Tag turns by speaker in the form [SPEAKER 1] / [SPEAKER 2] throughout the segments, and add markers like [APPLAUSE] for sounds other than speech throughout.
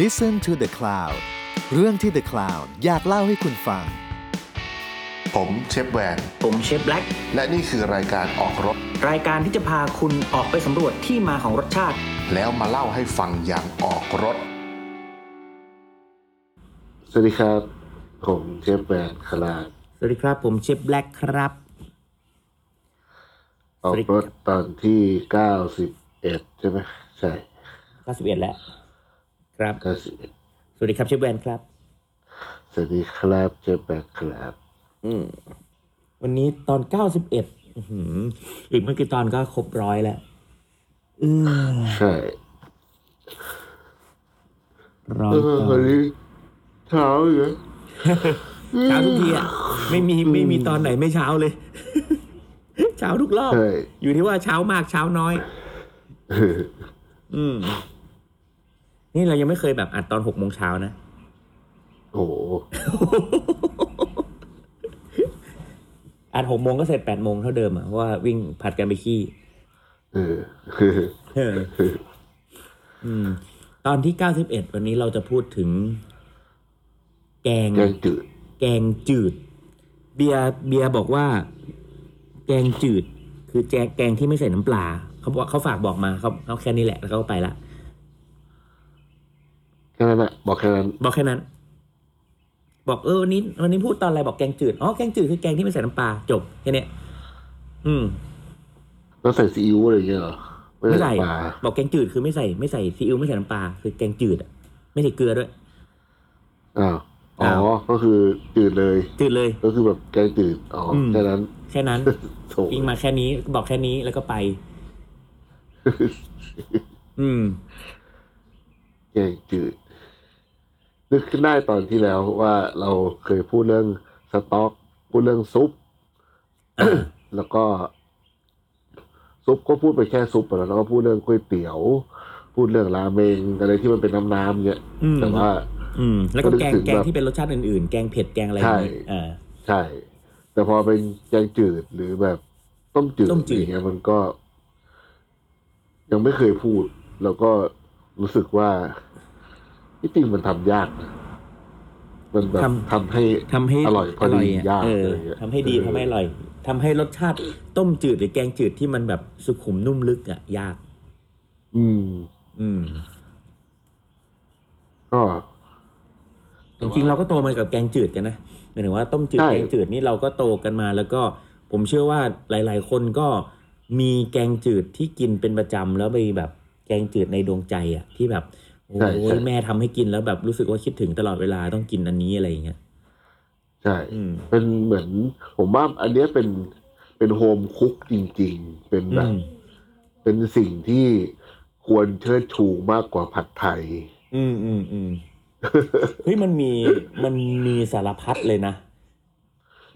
[SPEAKER 1] Listen to the Cloud เรื่องที่ The Cloud อยากเล่าให้คุณฟัง
[SPEAKER 2] ผมเชฟแวน
[SPEAKER 3] ผมเชฟแบล็ก
[SPEAKER 2] และนี่คือรายการออกรถ
[SPEAKER 3] รายการที่จะพาคุณออกไปสำรวจที่มาของรสชาติ
[SPEAKER 2] แล้วมาเล่าให้ฟังอย่างออกรถ สวัสดีครับ ผมเชฟแวนคลาด
[SPEAKER 3] สวัสดีครับ ผมเชฟแบล็กครับ
[SPEAKER 2] ออกรถตอนที่ 91 ใช่ไหมใช่
[SPEAKER 3] 91 แล้ว ครับ
[SPEAKER 2] 91
[SPEAKER 3] สวัสดีครับเชฟแวนครับ
[SPEAKER 2] สวัสดีครับเชฟแวนครับ
[SPEAKER 3] วันนี้ตอน 91อื้อหืออีกไม่กี่ตอนก็ครบร้อยแล้ว
[SPEAKER 2] ใช่
[SPEAKER 3] ร้อ
[SPEAKER 2] เอยอ
[SPEAKER 3] ตอ
[SPEAKER 2] วัน นนี้เช้าอยู่นะ
[SPEAKER 3] เช้าทุกทีอ่ะ ไม่มีไม่มีตอนไหนไม่เช้าเลย [LAUGHS] เช้าทุกรอบ
[SPEAKER 2] ใช่
[SPEAKER 3] อยู่ที่ว่าเช้ามากเช้าน้อย อืม นี่เรายังไม่เคยแบบอัดตอนหกโมงเช้านะ
[SPEAKER 2] [LAUGHS] โอ้โห
[SPEAKER 3] อัดหกโมงก็เสร็จแปดโมงเท่าเดิมอ่ะเพราะว่าวิ่งผัดกันไปขี้ [LAUGHS]
[SPEAKER 2] เออ [LAUGHS]
[SPEAKER 3] เอออืม ตอนที่เก้าสิบเอ็ดวันนี้เราจะพูดถึง แกง
[SPEAKER 2] แกงจืด
[SPEAKER 3] แกงจืด เบียร์เบียร์บอกว่า แกงจืด คือแกงแกงที่ไม่ใส่น้ำปลาเขาบอกเขาฝากบอกมาเขาเขาแค่นี้แหละแล้วเขาก็ไปละ
[SPEAKER 2] แค่นั้นแหละบอกแค่นั้น
[SPEAKER 3] บอกแค่นั้น บอกเออวันนี้วันนี้พูดตอนอะไรบอกแกงจืดอ๋อแกงจืดคือแกงที่ไม่ใส่น้ำปลาจบแค่เนี้ยอืม
[SPEAKER 2] แล้วใส่ซีอิ๊วอะไรอย่างเงี้ยเหรอไม่
[SPEAKER 3] ไม่
[SPEAKER 2] ใส่
[SPEAKER 3] ใส่
[SPEAKER 2] ปลา
[SPEAKER 3] บอกแกงจืดคือไม่ใส่ไม่ใส่ซีอิ๊วไม่ใส่น้ำปลาคือแกงจืดอะไม่ใส่เกลือด้วย
[SPEAKER 2] อ้าวอ๋อ
[SPEAKER 3] อ้าว
[SPEAKER 2] ก็คือจืดเลย
[SPEAKER 3] จืดเลย
[SPEAKER 2] ก็คือแบบแกงจืดอ๋ออ
[SPEAKER 3] ม
[SPEAKER 2] แค่นั้น
[SPEAKER 3] แค่
[SPEAKER 2] [LAUGHS]
[SPEAKER 3] นั้น
[SPEAKER 2] โถ
[SPEAKER 3] วิ่งมาแค่นี้บอกแค่นี้แล้วก็ไป [LAUGHS] อืม
[SPEAKER 2] แกงจืด นึกขึ้นได้ตอนที่แล้วว่าเราเคยพูดเรื่องสต๊อก พูดเรื่องซุ
[SPEAKER 3] [COUGHS]
[SPEAKER 2] ป แล้วก็ ซุปก็พูดไปแค่ซุปอะนะแล้วก็พูดเรื่องก๋วยเตี๋ยว พูดเรื่องราเมงอะไรที่มันเป็นน้ำน้ำๆเนี่ย
[SPEAKER 3] อืม
[SPEAKER 2] แต่ว่า
[SPEAKER 3] อืม แล้วก็แกง
[SPEAKER 2] ก็นึกถึง
[SPEAKER 3] แกง
[SPEAKER 2] แบบ
[SPEAKER 3] ที่เป็นรสชาติอื่นๆ แกงเผ็ดแกงอะไรอย่างนี้
[SPEAKER 2] ใช่
[SPEAKER 3] อ่า
[SPEAKER 2] ใช่ แต่พอเป็นแกงจืดหรือแบบต้มจืด
[SPEAKER 3] ต้มจืด
[SPEAKER 2] อย่างเงี้ยมันก็ ยังไม่เคยพูด แล้วก็รู้สึกว่าที่จริงมันทำยากนะมันแบบ
[SPEAKER 3] ทำ
[SPEAKER 2] ทำให้
[SPEAKER 3] ทำให้
[SPEAKER 2] อร่อยพอดี
[SPEAKER 3] ะ
[SPEAKER 2] ยาก
[SPEAKER 3] เออ
[SPEAKER 2] เลยอะ
[SPEAKER 3] ทำให้ดี
[SPEAKER 2] เออ
[SPEAKER 3] ทำให้อร่อยทำให้รสชาติต้มจืดหรือแกงจืดที่มันแบบสุขุมนุ่มลึกอ่ะยาก
[SPEAKER 2] อืม
[SPEAKER 3] อืม
[SPEAKER 2] ก็
[SPEAKER 3] จริงๆเราก็โตมากับแกงจืดกันนะหมายถึงว่าต้มจืด
[SPEAKER 2] ใช่
[SPEAKER 3] แกงจืดนี่เราก็โตกันมา แล้วก็ผมเชื่อว่าหลาย ๆ คนก็มีแกงจืดที่กินเป็นประจำแล้วไปแบบแกงจืดในดวงใจอ่ะที่แบบโอ้
[SPEAKER 2] ใช่ใช่
[SPEAKER 3] ยแม่ทำให้กินแล้วแบบรู้สึกว่าคิดถึงตลอดเวลาต้องกินอันนี้อะไรอย่างเงี้ย
[SPEAKER 2] ใช่
[SPEAKER 3] อืม
[SPEAKER 2] เป็นเหมือน ผมว่าอันเนี้ยเป็นเป็นโฮมคุกจริง ๆ เป็นแบบ
[SPEAKER 3] อืม
[SPEAKER 2] เป็นสิ่งที่ควรเชิดชูมากกว่าผัดไทย
[SPEAKER 3] อืมอืมอืมเฮ้ยมันมีมันมีสารพัดเลยนะ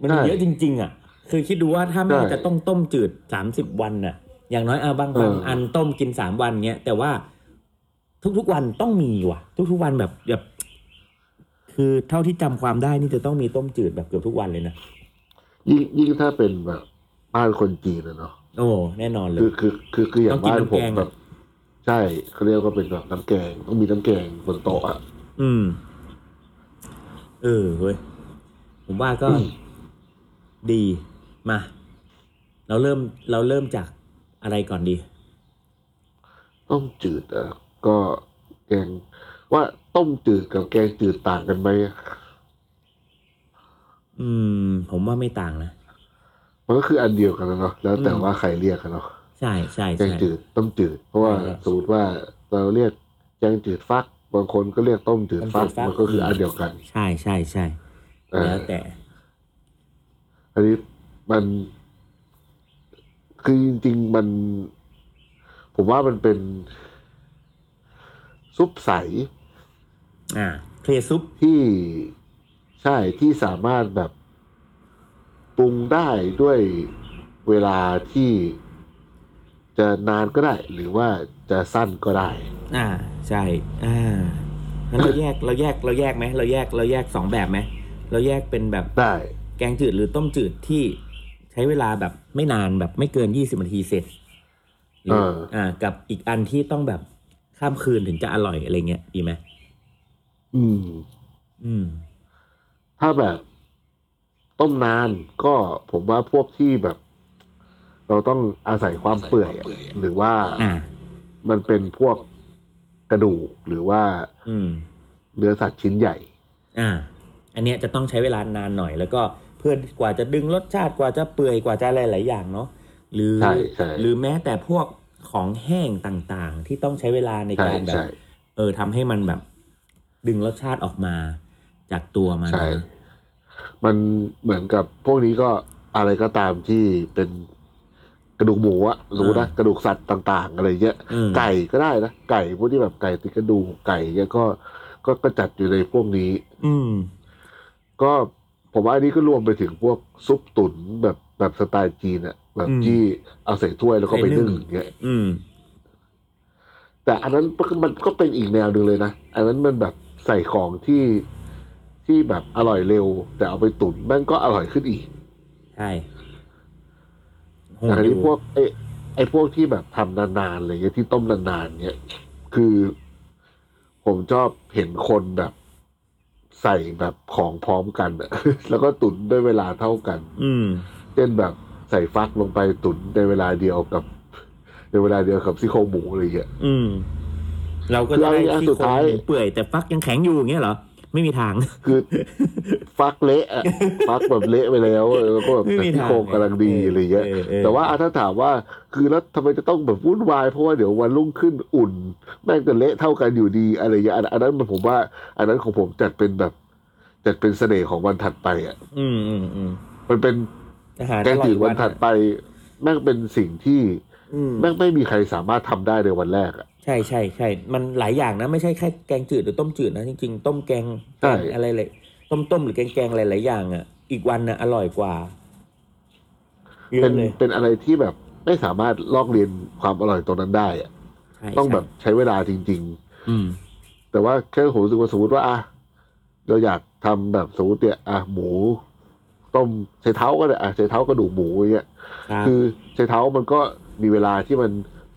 [SPEAKER 3] มันมี
[SPEAKER 2] ใช่
[SPEAKER 3] เยอะจริง ๆ อ่ะ คือคิดดูว่าถ้าแม่
[SPEAKER 2] ใช่
[SPEAKER 3] จะต้องต้มจืดสามสิบวันน่ะ อย่างน้อยเอาบาง
[SPEAKER 2] เออ
[SPEAKER 3] บางอันต้มกินสามวันเงี้ยแต่ว่าทุกๆวันต้องมีว่ะ ทุกๆวันแบบแบบ คือเท่าที่จำความได้นี่จะต้องมีต้มจืดแบบเกือบทุกวันเลยนะ
[SPEAKER 2] ยิ่งยิ่งถ้าเป็นแบบบ้านคนจีนนะเนาะ
[SPEAKER 3] โอ้แน่นอนเลย
[SPEAKER 2] คือคือคือคืออย่า
[SPEAKER 3] ต้
[SPEAKER 2] ง
[SPEAKER 3] องกิน
[SPEAKER 2] บ้านผ
[SPEAKER 3] น้ำแก
[SPEAKER 2] ม
[SPEAKER 3] ง
[SPEAKER 2] แบบ ใช่เขาเรียกว่าเป็นแบบน้ำแกง ต้องมีน้ำแกงบนโต๊ะอ่ะ
[SPEAKER 3] อืม เออเว้ยผมว่าก็
[SPEAKER 2] อืม
[SPEAKER 3] ดีมา เราเริ่มเราเริ่มจากอะไรก่อนดี
[SPEAKER 2] ต้มจืดอ่ะก็แกง ว่าต้มจืดกับแกงจืดต่างกันไหมอะ
[SPEAKER 3] อืม ผมว่าไม่ต่างนะ
[SPEAKER 2] มันก็คืออันเดียวกันนะเนาะแล้วแต่
[SPEAKER 3] อืม
[SPEAKER 2] ว่าใครเรียกกันเนาะ
[SPEAKER 3] ใช่ใช่
[SPEAKER 2] แกง
[SPEAKER 3] ใช่
[SPEAKER 2] จืดต้มจืด เพราะว่า
[SPEAKER 3] ใช่
[SPEAKER 2] สมมติว่าเราเรียกแกงจืดฟัก บางคนก็เรียกต้มจืดฟัก
[SPEAKER 3] ต้มจืดฟัก
[SPEAKER 2] มันก็คืออันเดียวกัน
[SPEAKER 3] ใช่ใช่ใช่
[SPEAKER 2] เออ
[SPEAKER 3] แล้วแต่
[SPEAKER 2] อันนี้มันคือจริงๆมัน ผมว่ามันเป็นซุปใส
[SPEAKER 3] อ่าเคลซุป
[SPEAKER 2] ที่ใช่ที่สามารถแบบปรุงได้ด้วยเวลาที่จะนานก็ได้ หรือว่าจะสั้นก็ได้
[SPEAKER 3] อ่า ใช่ อ่างั้นเราแยกเราแยกเราแยกไหมเราแยกเราแยกสองแบบไหมเราแยกเป็นแบบ
[SPEAKER 2] ได้
[SPEAKER 3] แกงจืดหรือต้มจืดที่ใช้เวลาแบบไม่นานแบบไม่เกินยี่สิบนาทีเสร็จหรืออา อ่า กับอีกอันที่ต้องแบบข้ามคืนถึงจะอร่อยอะไรเงี้ยดีไหม
[SPEAKER 2] อืม
[SPEAKER 3] อืม
[SPEAKER 2] ถ้าแบบต้มนานก็ผมว่าพวกที่แบบ เราต้องอาศัยความเปื่อยอะหรือว่า
[SPEAKER 3] อ่า
[SPEAKER 2] มันเป็นพวกกระดูกหรือว่า
[SPEAKER 3] อืม
[SPEAKER 2] เนื้อสัตว์ชิ้นใหญ่
[SPEAKER 3] อ่า อันเนี้ยจะต้องใช้เวลานานหน่อย แล้วก็เพื่อกว่าจะดึงรสชาติกว่าจะเปื่อยกว่าจะอะไรหลายอย่างเนาะหรือ
[SPEAKER 2] ใช่ใช่
[SPEAKER 3] หรือแม้แต่พวกของแห้งต่างๆ ที่ต้องใช้เวลาใน
[SPEAKER 2] ใช่
[SPEAKER 3] การแบบ
[SPEAKER 2] ใช่
[SPEAKER 3] เออทำให้มันแบบ ดึงรสชาติออกมาจากตัวมัน
[SPEAKER 2] ใช่ มันเหมือนกับพวกนี้ก็อะไรก็ตามที่เป็นกระดูกหมูอะรู้นะกระดูกสัตว์ต่าง ๆ อะไรเงี้ย
[SPEAKER 3] อืม
[SPEAKER 2] ไก่ก็ได้นะ ไก่พวกที่แบบไก่ติดกระดูกไก่เงี้ยก็ก็ก็จัดอยู่ในพวกนี้
[SPEAKER 3] อืม
[SPEAKER 2] ก็ผมว่าอันนี้ก็รวมไปถึงพวกซุปตุ๋นแบบแบบสไตล์จีนอะแบบ
[SPEAKER 3] อืม
[SPEAKER 2] ที่เอาใส่ถ้วยแล้วก็ไปนึ่งอย่างเงี้ย
[SPEAKER 3] อืม
[SPEAKER 2] แต่อันนั้นมันก็เป็นอีกแนวหนึ่งเลยนะ อันนั้นมันแบบใส่ของที่ที่แบบอร่อยเร็ว แต่เอาไปตุ๋นแมันก็อร่อยขึ้นอีก
[SPEAKER 3] ใช่โห
[SPEAKER 2] แต่อันนี้
[SPEAKER 3] ดู
[SPEAKER 2] พวกไอ้ไอ้พวกที่แบบทำนานๆอะไรเงี้ยที่ต้มนานๆเนี่ยคือ ผมชอบเห็นคนแบบ ใส่แบบของพร้อมกัน [LAUGHS] อะ แล้วก็ตุ๋นด้วยเวลาเท่ากัน
[SPEAKER 3] อืม
[SPEAKER 2] เช่นแบบใส่ฟักลงไปตุ๋นในเวลาเดียวกับ ในเวลาเดียวกับซี่โครงหมูอะไรเงี้ย
[SPEAKER 3] อืม เราก็
[SPEAKER 2] คือ
[SPEAKER 3] จะ
[SPEAKER 2] เอา
[SPEAKER 3] ได้
[SPEAKER 2] อัน
[SPEAKER 3] ที่
[SPEAKER 2] สุด
[SPEAKER 3] โครง
[SPEAKER 2] ท้าย
[SPEAKER 3] หมูเปื่อยแต่ฟักยังแข็งอยู่อย่างเงี้ยเหรอ ไม่มีทาง
[SPEAKER 2] คือ ฟักเละอะ ฟักแบบเละไปแล้วเออแล้วก็แบบ
[SPEAKER 3] ไม่
[SPEAKER 2] แต่
[SPEAKER 3] มี
[SPEAKER 2] ซี่
[SPEAKER 3] ทาง
[SPEAKER 2] โครงกำลังดีอะไรเงี้ย
[SPEAKER 3] เออเออ
[SPEAKER 2] แต่ว่าอ่ะถ้าถามว่าคือแล้วทำไมจะต้องแบบวุ่นวายเพราะว่าเดี๋ยววันรุ่งขึ้นอุ่นแม่งก็เละเท่ากันอยู่ดีอะไรอย่างเงี้ยอันอันนั้นมันผมว่า อันนั้นของผมจัดเป็นแบบจัดเป็นเสน่ห์ของวันถัดไปอ่ะ
[SPEAKER 3] อืมอืมอืม
[SPEAKER 2] มันเป็น
[SPEAKER 3] อาหาร
[SPEAKER 2] แก
[SPEAKER 3] อง ร่อย
[SPEAKER 2] จื
[SPEAKER 3] อี
[SPEAKER 2] ด
[SPEAKER 3] ก
[SPEAKER 2] วันถัดไปแม่งเป็นสิ่งที่
[SPEAKER 3] อืม
[SPEAKER 2] แม่งไม่มีใครสามารถทำได้ในวันแรกอ่ะ
[SPEAKER 3] ใช่ใช่ใช่ มันหลายอย่างนะ ไม่ใช่แค่แกงจืดหรือต้มจืดนะจริงๆ ต้มแกง
[SPEAKER 2] ใช่
[SPEAKER 3] แกงอะไรเลยต้มต้มหรือแกงแกงอะไรหลายอย่างอ่ะ อีกวันน่ะอร่อยกว่าเย
[SPEAKER 2] เป็
[SPEAKER 3] อะ
[SPEAKER 2] น
[SPEAKER 3] เลย
[SPEAKER 2] เป็นอะไรที่แบบไม่สามารถลอกเรียนความอร่อยตรงนั้นได้อะ
[SPEAKER 3] ใช่
[SPEAKER 2] ต้อง
[SPEAKER 3] ใช่
[SPEAKER 2] แบบใช้เวลาจริง ๆ
[SPEAKER 3] อืม
[SPEAKER 2] แต่ว่าแค่ผมรู้สึกว่าสมมติว่าอ่ะเราอยากทำแบบสมมติเนี่ยอ่ะหมู ต้มใช้เท้าก็ได้อ่ะใช้เท้ากระดูกหมูอย่างเงี้ย
[SPEAKER 3] ครับ
[SPEAKER 2] คือใช้เท้ามันก็มีเวลาที่มัน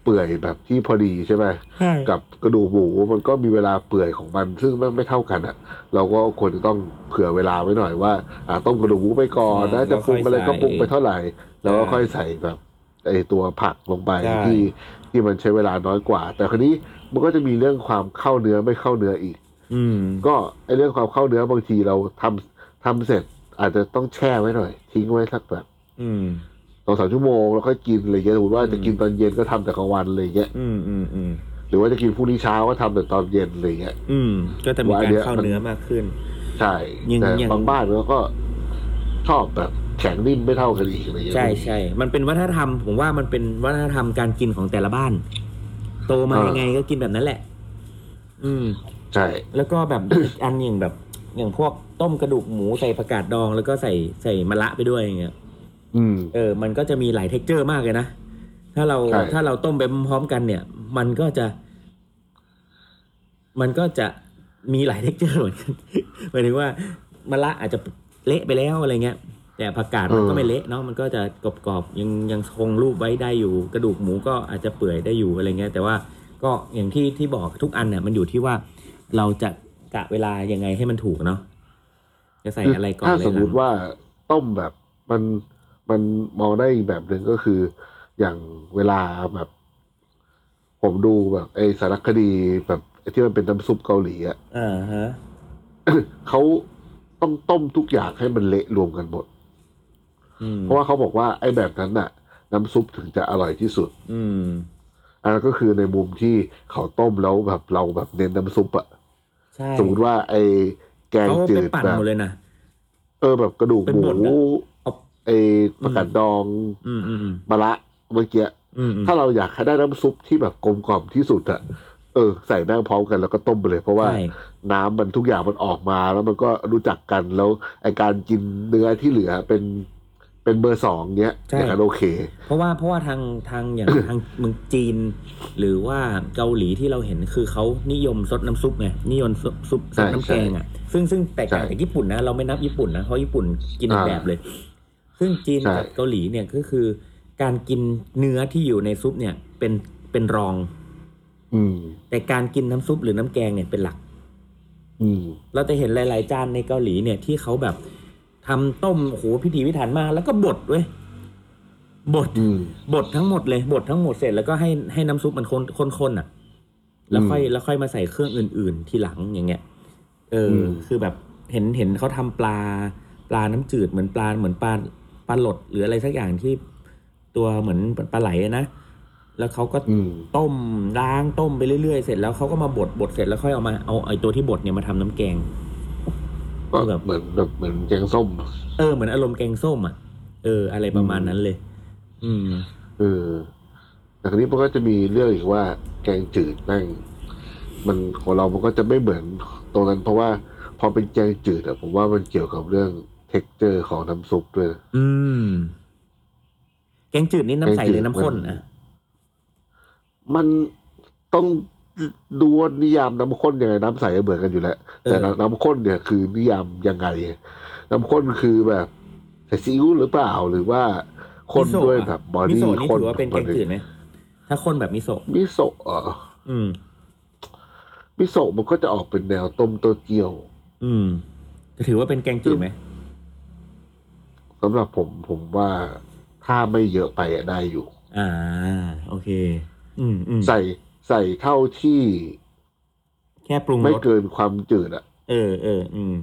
[SPEAKER 2] เปื่อยแบบที่พอดีใช่ไหม
[SPEAKER 3] ใช่
[SPEAKER 2] กับกระดูกหมูมันก็มีเวลาเปื่อยของมันซึ่งมันไม่เท่ากันอ่ะ เราก็ควรจะต้องเผื่อเวลาไว้หน่อยว่า อ่ะต้มกระดูกหมูไปก่อนนะ
[SPEAKER 3] อ่า
[SPEAKER 2] จะปรุงอะไร
[SPEAKER 3] แล้วค่
[SPEAKER 2] ก็ป
[SPEAKER 3] อยใส่
[SPEAKER 2] รุงไปเท่าไหร่ แล้วก็ค่อยใส่แบบไอตัวผักลงไป
[SPEAKER 3] ใช่
[SPEAKER 2] ที่ที่มันใช้เวลาน้อยกว่า แต่คราวนี้มันก็จะมีเรื่องความเข้าเนื้อไม่เข้าเนื้ออีก
[SPEAKER 3] อืม
[SPEAKER 2] ก็ไอเรื่องความเข้าเนื้อบางทีเราทำทำเสร็จ อาจจะต้องแช่ไว้หน่อย ทิ้งไว้สักแบบ
[SPEAKER 3] อืม
[SPEAKER 2] สองสามชั่วโมงแล้วค่อยกินอะไรเงี้ยสมมติว่า
[SPEAKER 3] อืม
[SPEAKER 2] จะกินตอนเย็นก็ทำแต่กลางวันอะไรเงี้ย
[SPEAKER 3] อืมอืมอืม
[SPEAKER 2] หรือว่าจะกินพรุ่งนี้เช้าก็ทำแต่ตอนเย็นอะไรเงี้ย
[SPEAKER 3] อืม ก็จะมี
[SPEAKER 2] ว่าอัเนี้
[SPEAKER 3] กาน ร
[SPEAKER 2] ย
[SPEAKER 3] เข้า
[SPEAKER 2] มัน
[SPEAKER 3] เนื้อมากขึ้น
[SPEAKER 2] ใช่
[SPEAKER 3] ยัง
[SPEAKER 2] แต่
[SPEAKER 3] ยัง
[SPEAKER 2] บางบ้านเขาก็ชอบแบบแข็งนิ่มไม่เท่ากันอีกอะไรเงี้ย
[SPEAKER 3] ใช่ใช่ มันเป็นวัฒนธรรม ผมว่ามันเป็นวัฒนธรรมการกินของแต่ละบ้าน โตมายังไงก็กินแบบนั้นแหละ อืม
[SPEAKER 2] ใช่
[SPEAKER 3] แล้วก็แบบ [COUGHS] อีกอันอย่างแบบ อย่างพวกต้มกระดูกหมูใส่ผักกาดดอง แล้วก็ใส่ใส่มะระไปด้วยอย่างเงี้ย
[SPEAKER 2] อืม
[SPEAKER 3] เออ มันก็จะมีหลายเท็กเจอร์มากเลยนะ ถ้าเรา
[SPEAKER 2] ใช่
[SPEAKER 3] ถ้าเราต้มไปพร้อมๆกันเนี่ย มันก็จะ มันก็จะมีหลายเท็กเจอร์เหมือน [LAUGHS] กัน หมายถึงว่ามะละอาจจะเละไปแล้วอะไรเงี้ย แต่ผักกาดมันก็ไม่เละเนาะ มันก็จะกรอบๆยังยังคงรูปไว้ได้อยู่ กระดูกหมูก็อาจจะเปื่อยได้อยู่อะไรเงี้ย แต่ว่าก็อย่างที่ที่บอกทุกอันเนี่ยมันอยู่ที่ว่าเราจะกะเวลายังไงให้มันถูกเนาะ จะใส่อะไรก่อน
[SPEAKER 2] ถ้า
[SPEAKER 3] เลย
[SPEAKER 2] สมมติว่าต้มแบบมันมันมองได้อีกแบบหนึ่งก็คือ อย่างเวลาแบบ ผมดูแบบไอสารคดีแบบไอ้ที่มันเป็นน้ำซุปเกาหลีอ่ะ
[SPEAKER 3] อ่าฮะ
[SPEAKER 2] เขาต้องต้มทุกอย่างให้มันเละรวมกันหมด
[SPEAKER 3] อืม
[SPEAKER 2] เพราะว่าเขาบอกว่าไอ้แบบนั้นน่ะ น้ำซุปถึงจะอร่อยที่สุด
[SPEAKER 3] อืม
[SPEAKER 2] อันนั้นก็คือในมุมที่เขาต้มแล้วแบบเราแบบเน้นน้ำซุปอะ
[SPEAKER 3] ใช่
[SPEAKER 2] สมมติว่าไอ้แกง
[SPEAKER 3] เขา
[SPEAKER 2] จื
[SPEAKER 3] ไป
[SPEAKER 2] ด
[SPEAKER 3] ปั่น
[SPEAKER 2] แบ
[SPEAKER 3] ห
[SPEAKER 2] บ
[SPEAKER 3] มดเลยนะ
[SPEAKER 2] เออแบบกระดูก
[SPEAKER 3] เป็น
[SPEAKER 2] หมู
[SPEAKER 3] บดอะเอา
[SPEAKER 2] ไอ้ประกัดดอง
[SPEAKER 3] อืมอืมอืม
[SPEAKER 2] มะระเมื่อกี้
[SPEAKER 3] อืมอืม
[SPEAKER 2] ถ้าเราอยากให้ได้น้ำซุปที่แบบกลมกล่อมที่สุดอะเออ ใส่แม่งพร้อมกันแล้วก็ต้มไปเลย เพราะว่า
[SPEAKER 3] ใช่
[SPEAKER 2] น้ำมันทุกอย่างมันออกมา แล้วมันก็รู้จักกันแล้วไอการกินเนื้อที่เหลือเป็นเป็นเบอร์สองเนี้ยอย่างนั้นโอเค
[SPEAKER 3] เพราะว่าเพราะว่าทางทาง
[SPEAKER 2] [COUGHS]
[SPEAKER 3] อย่าง ทางเมืองจีน หรือว่าเกาหลีที่เราเห็นคือเขานิยมซดน้ำซุปไงนิยมซุปซุป
[SPEAKER 2] ใช่
[SPEAKER 3] ซดน้ำแกงอ่ะซึ่งซึ่งแตกต่าง
[SPEAKER 2] ใช่
[SPEAKER 3] จากญี่ปุ่นนะเราไม่นับญี่ปุ่นนะเพราะญี่ปุ่นกินอีก
[SPEAKER 2] อ่า
[SPEAKER 3] แบบเลย ซึ่งจีน
[SPEAKER 2] ใช่
[SPEAKER 3] กับเกาหลีเนี่ยก็คือ การกินเนื้อที่อยู่ในซุปเนี่ยเป็นเป็นรอง
[SPEAKER 2] อืม
[SPEAKER 3] แต่การกินน้ำซุปหรือน้ำแกงเนี่ยเป็นหลัก
[SPEAKER 2] อ อืม
[SPEAKER 3] เราจะเห็นหลาย ๆ จานในเกาหลีเนี่ยที่เขาแบบทำต้มโอ้โหพิถีพิถันมากแล้วก็บดเว้ยบด
[SPEAKER 2] อืม
[SPEAKER 3] บดทั้งหมดเลยบดทั้งหมดเสร็จแล้วก็ให้ให้น้ำซุปมันคนคนๆอ่ะ แล้วค่อย
[SPEAKER 2] อืม
[SPEAKER 3] แล้วค่อยมาใส่เครื่องอื่น ๆ ทีหลังอย่างเงี้ยเอออ
[SPEAKER 2] ม
[SPEAKER 3] คือแบบเห็นเห็นเขาทำปลาปลาน้ำจืดเหมือนปลาเหมือนปลาปลาหลดหรืออะไรสักอย่างที่ตัวเหมือนปลาไหลอะนะแล้วเขาก็
[SPEAKER 2] อืม
[SPEAKER 3] ต้มล้างต้มไปเรื่อย ๆ เสร็จแล้วเขาก็มาบดบดเสร็จแล้วค่อยเอามาเอาไอ้ตัวที่บดเนี่ยมาทำน้ำแกง
[SPEAKER 2] ก็แบบเหมือนแบบเหมือนแกงส้ม
[SPEAKER 3] เออเหมือนอารมณ์แกงส้มอ่ะเออ อะไรประมาณนั้นเลย อืม
[SPEAKER 2] เออแต่คราวนี้มันก็จะมีเรื่องอีกว่าแกงจืดแม่งมันของเรามันก็จะไม่เหมือนตรงนั้น เพราะว่าพอเป็นแกงจืดอะผมว่ามันเกี่ยวกับเรื่องเท็กเจอร์ของน้ำซุปด้วยนะ
[SPEAKER 3] อืม แกงจืดนี่น้ำใส
[SPEAKER 2] แกงจืด
[SPEAKER 3] หรือน้ำข้นอ่ะ
[SPEAKER 2] มันต้องดูว่านิยามน้ำข้นยังไงน้ำใสก็เหมือนกันอยู่แล้ว
[SPEAKER 3] เออ
[SPEAKER 2] แต่น้ำข้นเนี่ยคือนิยามยังไง น้ำข้นคือแบบใส่ซีอิ๊วหรือเปล่าหรือว่าข้น
[SPEAKER 3] มิโซะ
[SPEAKER 2] ด้วย
[SPEAKER 3] อะ
[SPEAKER 2] แบบบอ
[SPEAKER 3] มิ
[SPEAKER 2] ดี้
[SPEAKER 3] โซะนี่
[SPEAKER 2] ข้น
[SPEAKER 3] ถือว่าเป็นแกงจืดไหมถ้าข้นแบบมิโซะ
[SPEAKER 2] มิโซะเหรอ
[SPEAKER 3] อืม
[SPEAKER 2] มิโซะมันก็จะออกเป็นแนวต้มโตเกียว
[SPEAKER 3] อืมจะถือว่าเป็นแกงจืดไหม
[SPEAKER 2] สำหรับผมผมว่าถ้าไม่เยอะไปอะได้อยู่
[SPEAKER 3] อ่า โอเค อืมอืม
[SPEAKER 2] ใส่ใส่เท่าที่
[SPEAKER 3] แค่ปรุงร
[SPEAKER 2] ไม่
[SPEAKER 3] ส
[SPEAKER 2] เกินความจืดอะ
[SPEAKER 3] เออเอออืม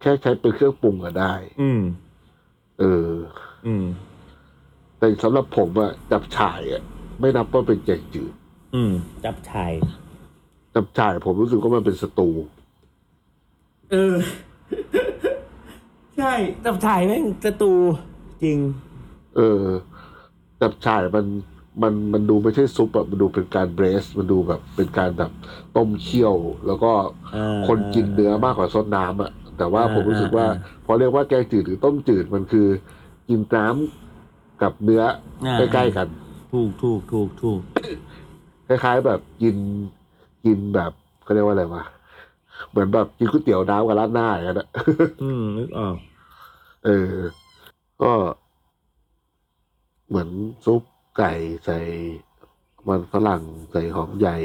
[SPEAKER 2] แค่ใช้เป็นเครื่องปรุงก็ได้
[SPEAKER 3] อืม
[SPEAKER 2] เออ
[SPEAKER 3] อืม
[SPEAKER 2] แต่สำหรับผมอะจับฉ่ายอะไม่นับว่าเป็นแกงจืด
[SPEAKER 3] อืม จับชาย
[SPEAKER 2] จับฉ่ายผมรู้สึกว่ามันเป็นสตู
[SPEAKER 3] เออ ใช่ จับชายแม่งสตูจริง
[SPEAKER 2] เออ จับฉ่ายมันมันมันดูไม่ใช่ซุปอะมันดูเป็นการเบรส มันดูแบบเป็นการแบบต้มเคี่ยว แล้วก็
[SPEAKER 3] อ่า
[SPEAKER 2] คนกินเนื้อมากกว่าซดน้ำอะแต่ว่า
[SPEAKER 3] อ่า
[SPEAKER 2] ผมรู้สึกว่า
[SPEAKER 3] อ่
[SPEAKER 2] พอเรียกว่าแกงจืดหรือต้มจืดมันคือ กินน้ำกับเนื้อ
[SPEAKER 3] อ่า
[SPEAKER 2] ใกล้ๆกัน
[SPEAKER 3] ถูกถูกถูกถูก
[SPEAKER 2] คล้ายๆแบบกินกินแบบเขาเรียกว่าอะไรวะเหมือนแบบกินก๋วยเตี๋ยวน้ำกับราดหน้าอย่างนั้นอะ
[SPEAKER 3] อืมนึกออก
[SPEAKER 2] เออ ก็เหมือนซุปไก่ใส่มันฝรั่งใส่หอมใหญ่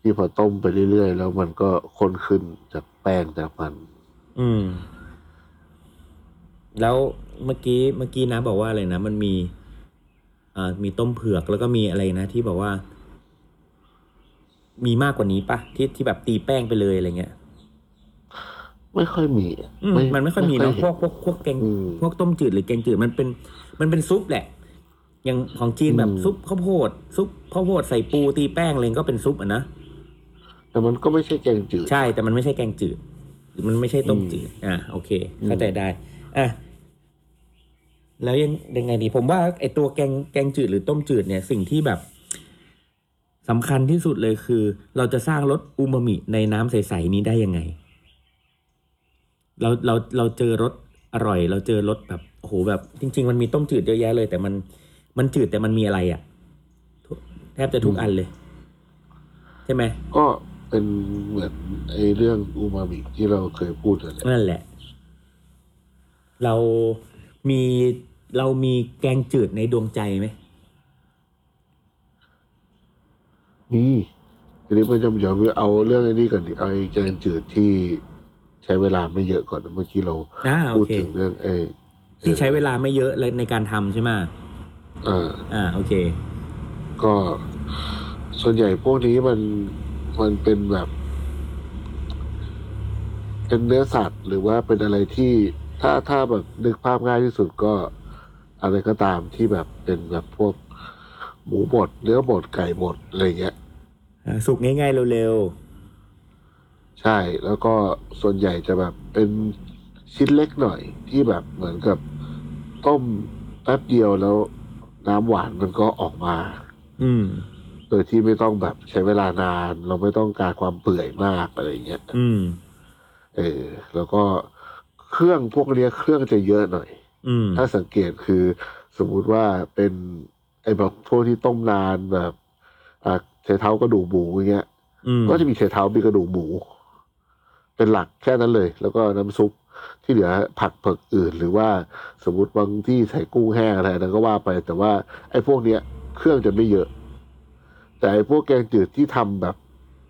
[SPEAKER 2] ที่พอต้มไปเรื่อยๆ แล้วมันก็ข้นขึ้นจากแป้งจากมัน
[SPEAKER 3] อืม แล้วเมื่อกี้เมื่อกี้นะบอกว่าอะไรนะมันมีอ่ามีต้มเผือกแล้วก็มีอะไรนะที่บอกว่า มีมากกว่านี้ปะที่ที่แบบตีแป้งไปเลยอะไรเงี้ย
[SPEAKER 2] ไม่ค่อยมี
[SPEAKER 3] อืมมันไม่ค่อยมีเนาะพ
[SPEAKER 2] ห็
[SPEAKER 3] วกพวกพวกแกง
[SPEAKER 2] อืม
[SPEAKER 3] พวกต้มจืดหรือแกงจืดมันเป็น มันเป็นซุปแหละ อย่างของจีนแบบ
[SPEAKER 2] อืม
[SPEAKER 3] ซุปข้าวโพดซุปข้าวโพดใส่ปูตีแป้งอะไรก็เป็นซุปอ่ะนะ
[SPEAKER 2] แต่มันก็ไม่ใช่แกงจืด
[SPEAKER 3] ใช่แต่มันไม่ใช่แกงจืดหรือมันไม่ใช่ต้มจืด อ่ะโอเค เข้าใจได้ อ่ะ แล้วยังยังไงดีผมว่าไอตัวแกงแกงจืดหรือต้มจืดเนี่ยสิ่งที่แบบสำคัญที่สุดเลยคือ เราจะสร้างรสอูมามิในน้ำใส ๆ นี้ได้ยังไง เราเราเราเจอรสอร่อย เราเจอรสแบบโอ้โหแบบ จริง ๆ มันมีต้มจืดเยอะแยะเลย แต่มันมันจืดแต่มันมีอะไรอะ่ะทุกแทบจะทุกอันเลย ใช่ไหม
[SPEAKER 2] ก็เป็นเหมือนไอ้เรื่องอูมามิที่เราเคยพูดกันแหละ
[SPEAKER 3] นั่นแหละ เรามีเรามีแกงจืดในดวงใจไหม
[SPEAKER 2] นี่ทีนี้มันจะเดี๋ยวเอาเรื่องไอ้นี่ก่อนดิเอาไอ้แกงจืดที่ใช้เวลาไม่เยอะก่อนเมื่อกี้เรา
[SPEAKER 3] อ่าโอ
[SPEAKER 2] พูด
[SPEAKER 3] เค
[SPEAKER 2] ถึงเรื่องไอ้
[SPEAKER 3] ที่ใช้เวลาไม่เยอะเลยในการทำใช่ไหม
[SPEAKER 2] อ่า
[SPEAKER 3] อ่าโอเค
[SPEAKER 2] ก็ส่วนใหญ่พวกนี้มันมันเป็นแบบ เป็นเนื้อสัตว์ หรือว่าเป็นอะไรที่ถ้าถ้าแบบนึกภาพง่ายที่สุดก็ อะไรก็ตามที่แบบเป็นแบบพวก หมูบดเนื้อบดไก่บดอะไรเงี้ย
[SPEAKER 3] อ่าสุกง่ายๆเร็ว
[SPEAKER 2] ใช่แล้วก็ส่วนใหญ่จะแบบเป็นชิ้นเล็กหน่อย ที่แบบเหมือนกับต้มแป๊บเดียวแล้วน้ำหวานมันก็ออกมา
[SPEAKER 3] ๆอืม
[SPEAKER 2] โดยที่ไม่ต้องแบบใช้เวลานาน เราไม่ต้องการความเปื่อยมากอะไรอย่างเงี้ย
[SPEAKER 3] อืม
[SPEAKER 2] เออ แล้วก็เครื่องพวกเนี้ยเครื่องจะเยอะหน่อย
[SPEAKER 3] อืม
[SPEAKER 2] ถ้าสังเกตคือสมมุติว่าเป็นไอ้แบบพวกที่ต้มนานแบบอ่ะใช้เท้ากระดูกหมูอย่างเงี้ย
[SPEAKER 3] อืม
[SPEAKER 2] ก็จะมีไชเท้ามีกระดูกหมู เป็นหลักแค่นั้นเลย แล้วก็น้ำซุปที่เหลือผักเผือกอื่น หรือว่าสมมติบางที่ใส่กุ้งแห้งอะไรนั้นก็ว่าไป แต่ว่าไอ้พวกเนี้ย เครื่องจะไม่เยอะ แต่ไอ้พวกแกงจืดที่ทำแบบ